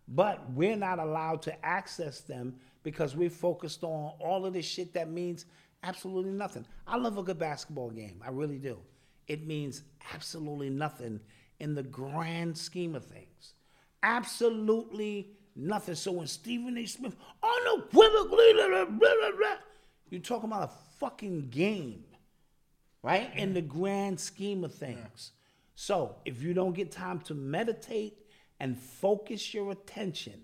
but we're not allowed to access them because we're focused on all of this shit that means absolutely nothing. I love a good basketball game. I really do. It means absolutely nothing in the grand scheme of things. Absolutely nothing. So when Stephen A. Smith unequivocally, blah, blah, blah, blah, blah, you're talking about a fucking game, right? In the grand scheme of things. So if you don't get time to meditate and focus your attention,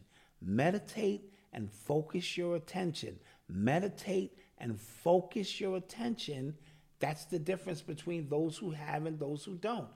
meditate and focus your attention, meditate and focus your attention, that's the difference between those who have and those who don't.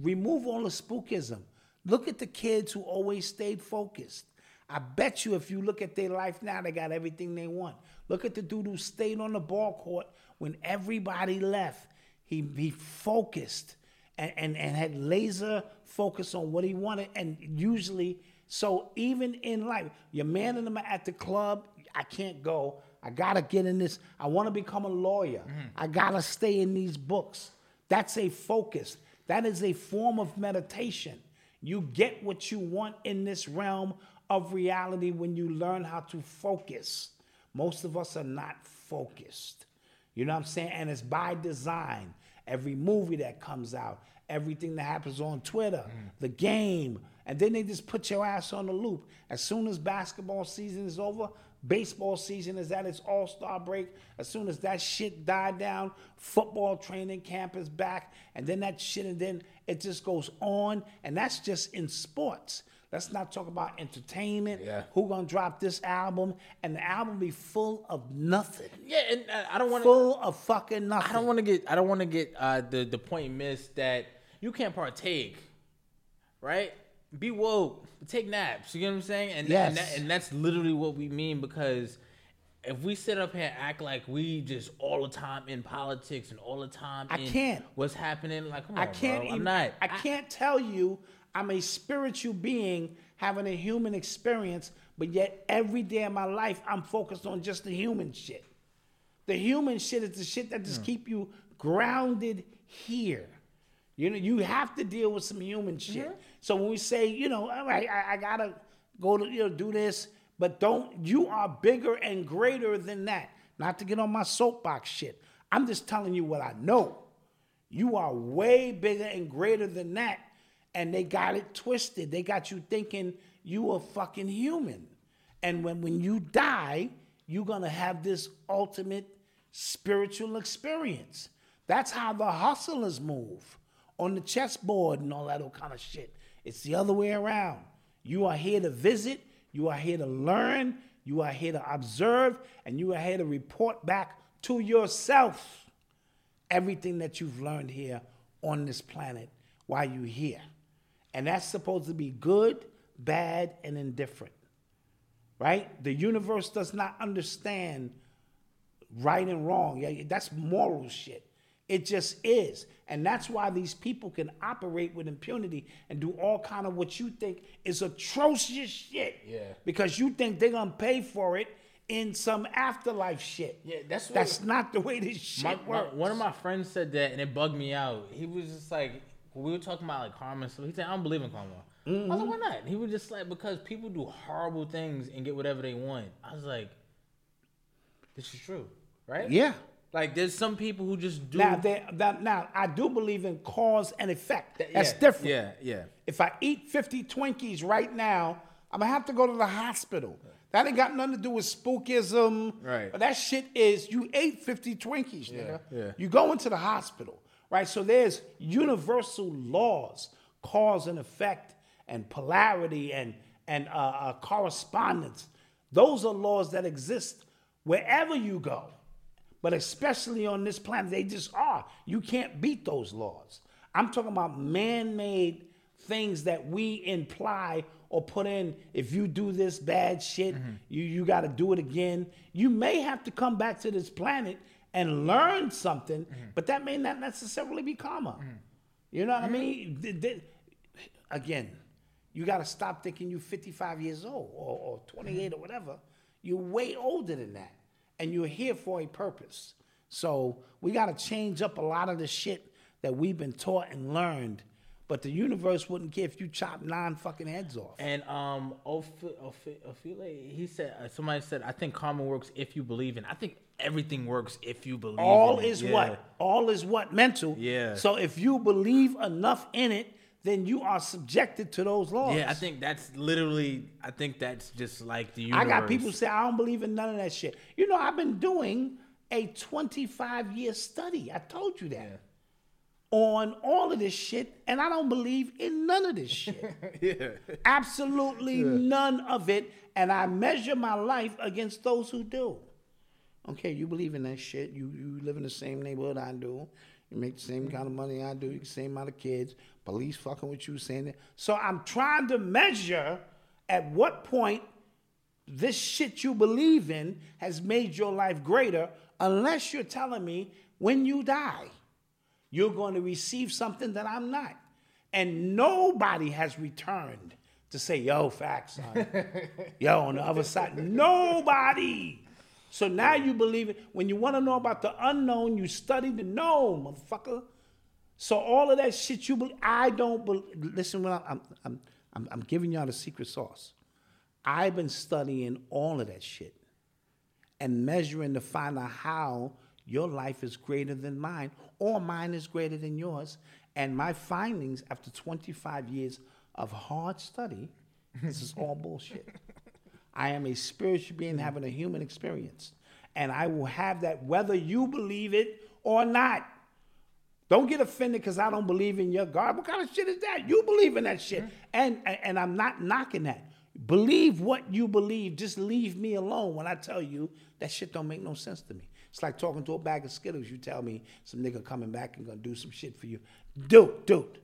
Remove all the spookism. Look at the kids who always stayed focused. I bet you if you look at their life now, they got everything they want. Look at the dude who stayed on the ball court when everybody left. He, he focused and, and, and had laser focus on what he wanted. And usually, so even in life, your man and them are at the club. I can't go. I gotta get in this. I wanna become a lawyer. I gotta stay in these books. That's a focus. That is a form of meditation. You get what you want in this realm of reality when you learn how to focus. Most of us are not focused. You know what I'm saying? And it's by design. Every movie that comes out, everything that happens on Twitter, the game, and then they just put your ass on the loop. As soon as basketball season is over, baseball season is at its all star break. As soon as that shit died down, football training camp is back, and then that shit, and then it just goes on. And that's just in sports. Let's not talk about entertainment. Who gonna drop this album? And the album be full of nothing
yeah, and uh, I, I don't want
full of fucking nothing.
I don't want to get I don't want to get uh, the the point missed that you can't partake, right? Be woke, take naps. You get what I'm saying? And and,
Yes.
that, and that's literally what we mean because if we sit up here and act like we just all the time in politics and all the time,
I
in
can't.
What's happening? Like, come on,
I can't.
Bro.
even-
I'm not.
I can't tell you I'm a spiritual being having a human experience, but yet every day of my life I'm focused on just the human shit. The human shit is the shit that
Hmm.
just keep you grounded here. You know, you have to deal with some human
Mm-hmm.
shit. So when we say, you know, all right, I, I gotta go to you know do this, but don't you are bigger and greater than that. Not to get on my soapbox shit. I'm just telling you what I know. You are way bigger and greater than that. And they got it twisted. They got you thinking you a fucking human. And when, when you die, you're gonna have this ultimate spiritual experience. That's how the hustlers move on the chessboard and all that old kind of shit. It's the other way around. You are here to visit, you are here to learn, you are here to observe, and you are here to report back to yourself everything that you've learned here on this planet while you're here. And that's supposed to be good, bad, and indifferent. Right? The universe does not understand right and wrong. Yeah, That's moral shit. It just is. And that's why these people can operate with impunity and do all kind of what you think is atrocious shit.
Yeah.
Because you think they're gonna pay for it in some afterlife shit.
Yeah, that's what-
that's not the way this shit
My- my-
works.
one of my friends said that, and it bugged me out. He was just like, we were talking about like karma, so he said, "I don't believe in karma." I
Mm-hmm.
was like, "Why not?" He was just like, "Because people do horrible things and get whatever they want." I was like, "This is true, right?"
yeah.
Like, there's some people who just do.
Now, they, that, now I do believe in cause and effect.
Th-
That's
yeah,
different.
Yeah, yeah.
If I eat 50 Twinkies right now, I'm gonna have to go to the hospital. That ain't got nothing to do with spookism.
Right.
That shit is you ate 50 Twinkies, nigga.
yeah.
You go into the hospital, right? So there's universal laws, cause and effect, and polarity and and uh, uh, correspondence. Those are laws that exist wherever you go, but especially on this planet, they just are. You can't beat those laws. I'm talking about man-made things that we imply or put in if you do this bad shit you you got to do it again you may have to come back to this planet and learn something but that may not necessarily be karma you know what i mean Th- th- again you got to stop thinking you're 55 years old or, or 28 or whatever you're way older than that and you're here for a purpose so we got to change up a lot of the shit that we've been taught and learned but the universe wouldn't care if you chop nine fucking heads off.
And um, Ophi- Ophi- Ophile, he said uh, somebody said, "I think karma works if you believe in." I think everything works if you believe.
All
in it.
is
Yeah.
what? All is what? Mental.
Yeah.
So if you believe enough in it, then you are subjected to those laws.
Yeah, I think that's literally. I think that's just like the
I
universe.
got people say I don't believe in none of that shit. You know, I've been doing a 25 year study. I told you that. On all of this shit, and I don't believe in none of this shit. Absolutely none of it. And I measure my life against those who do. Okay, you believe in that shit. You you live in the same neighborhood I do. You make the same kind of money I do. You get the same amount of kids. Police fucking with you, saying that. So I'm trying to measure at what point this shit you believe in has made your life greater, unless you're telling me when you die, you're going to receive something that I'm not. And nobody has returned to say, yo, facts, son. yo, on the other side. Nobody. So now you believe it. When you want to know about the unknown, you study the known, motherfucker. So all of that shit you believe, I don't believe. Listen, when I- I'm, I'm, I'm, I'm giving y'all the secret sauce. I've been studying all of that shit and measuring to find out how your life is greater than mine or mine is greater than yours. And my findings after 25 years of hard study, this is all bullshit. I am a spiritual being having a human experience. And I will have that whether you believe it or not. Don't get offended because I don't believe in your God. What kind of shit is that? You believe in that shit. And, and and I'm not knocking that. Believe what you believe. Just leave me alone when I tell you that shit don't make no sense to me. It's like talking to a bag of Skittles. You tell me some nigga coming back and gonna do some shit for you. Dude, dude.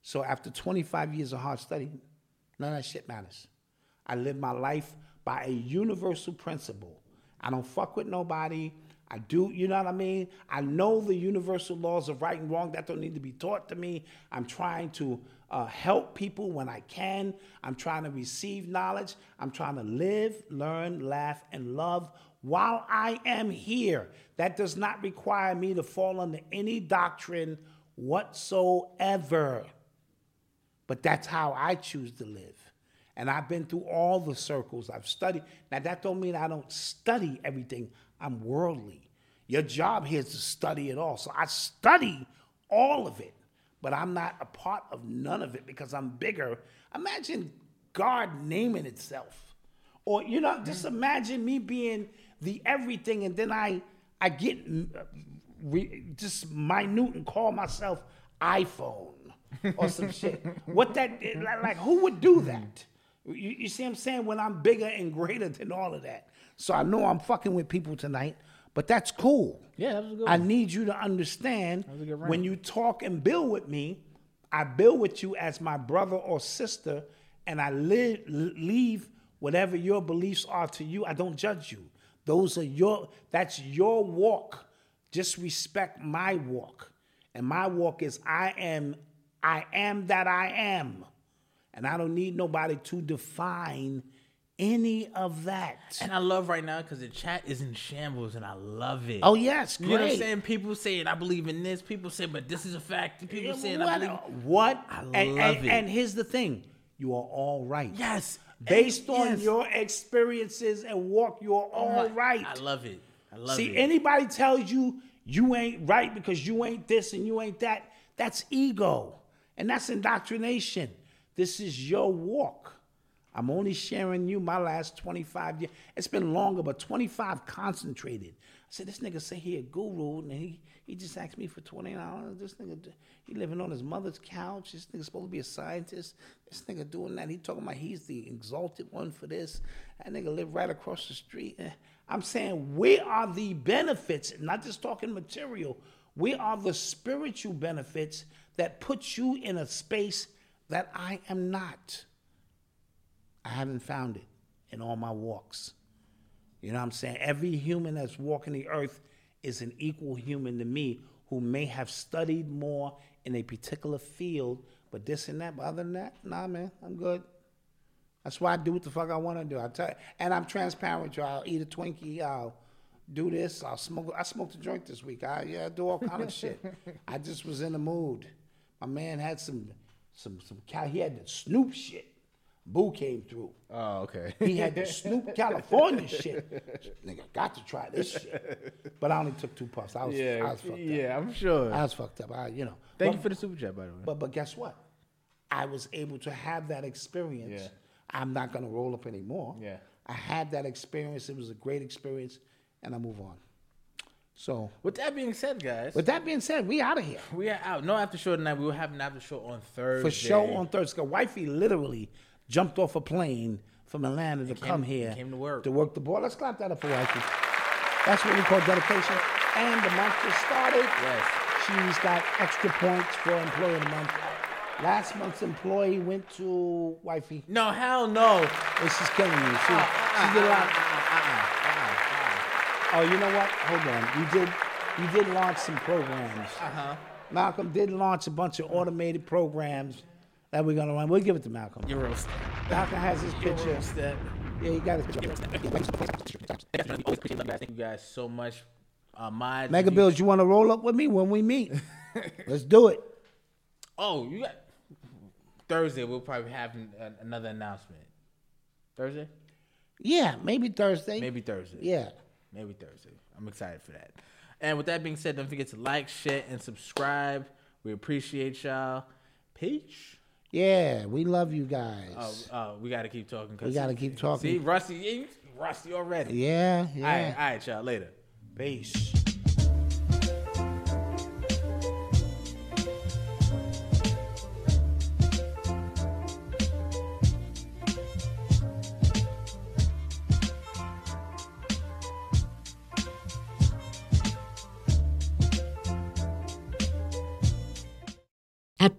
So after 25 years of hard study, none of that shit matters. I live my life by a universal principle. I don't fuck with nobody. I do, you know what I mean? I know the universal laws of right and wrong that don't need to be taught to me. I'm trying to uh, help people when I can. I'm trying to receive knowledge. I'm trying to live, learn, laugh, and love while I am here. That does not require me to fall under any doctrine whatsoever. But that's how I choose to live. And I've been through all the circles. I've studied. Now that don't mean I don't study everything. I'm worldly. Your job here is to study it all. So I study all of it, but I'm not a part of none of it because I'm bigger. Imagine God naming itself. Or you know, just
Mm.
imagine me being the everything and then I I get uh, re, just minute and call myself iPhone or some shit. What that like, like, who would
Mm.
do that? You, you see what I'm saying? When I'm bigger and greater than all of that. So I know I'm fucking with people tonight, but that's cool.
Yeah, that was a good
I
one.
need you to understand
was a good round.
when you talk and build with me, I build with you as my brother or sister, and I live, leave whatever your beliefs are to you. I don't judge you. Those are your, that's your walk. Just respect my walk. And my walk is I am, I am that I am. And I don't need nobody to define any of that.
And I love right now because the chat is in shambles, and I love it.
Oh, yes,
You know what I'm
great.
saying? People saying I believe in this. People say, but this is a fact. People saying I
what?
believe.
what?
I
and, and-
love it.
and here's the thing: you are all right.
Yes.
Based
And-
on
yes. Oh,
your experiences and walk, you are all right.
I love it. I love
See,
it.
anybody tells you you ain't right because you ain't this and you ain't that, that's ego. And that's indoctrination. This is your walk. I'm only sharing you my last 25 years. It's been longer, but 25 concentrated. I said, this nigga say he a guru, and he, he just asked me for $20. This nigga, d- he living on his mother's couch. This nigga supposed to be a scientist. This nigga doing that. He talking about he's the exalted one for this. That nigga live right across the street. Eh, I'm saying, where are the benefits? Not just talking material. Where are the spiritual benefits that put you in a space that I am not? I haven't found it in all my walks. You know what I'm saying? Every human that's walking the earth is an equal human to me who may have studied more in a particular field, but this and that. But other than that, nah, man, I'm good. That's why I do what the fuck I want to do. I tell, and I'm transparent with you. I'll eat a Twinkie. I'll do this. I'll smoke. I smoked a joint this week. I yeah, I do all kind of shit. I just was in the mood. My man had some, some, some. Cal- He had the Snoop shit. Boo came through.
Oh, okay.
He had the Snoop California shit. Nigga, got to try this shit. But I only took two puffs. I was,
yeah,
I was fucked
yeah,
up.
I'm sure.
I was fucked up. I, you know.
Thank
but,
you for the super chat, by the way.
But but guess what? I was able to have that experience.
Yeah.
I'm not gonna roll up anymore.
Yeah.
I had that experience. It was a great experience, and I move on. So
With that being said, guys,
with that being said, we out of here.
we are out. No after show tonight. We will have an after show on Thursday.
For show on Thursday. Wifey literally jumped off a plane from Atlanta to come here.
came to work.
To work the board. Let's clap that up for Wifey. That's what we call dedication. And the month just started.
Yes.
She's got extra points for employee of the month. Last month's employee went to Wifey.
No, hell no.
And she's killing me. She,
Uh-uh,
she did a lot. Oh, you know what? Hold on. You did you did launch some programs. Uh-huh. Malcolm did launch a bunch of automated programs that we're gonna run. We'll give it to Malcolm.
You're roast.
Malcolm has his
You're
picture.
roast.
Yeah, he got his picture.
Definitely always appreciate love, guys. Thank you guys so much. Uh, my
Mega Bills, you wanna roll up with me when we meet? Let's do it.
Oh, you got Thursday. We'll probably have an, an- another announcement. Thursday,
Yeah, maybe Thursday.
maybe Thursday.
Yeah.
maybe Thursday. I'm excited for that. And with that being said, don't forget to like, share, and subscribe. We appreciate y'all. Peace.
Yeah, we love you guys.
Oh, oh, we gotta keep talking. 'cause-
We gotta keep
See,
talking.
Rusty, yeah, you- Rusty already.
Yeah, yeah.
All right, all right, y'all. Later.
Peace.
At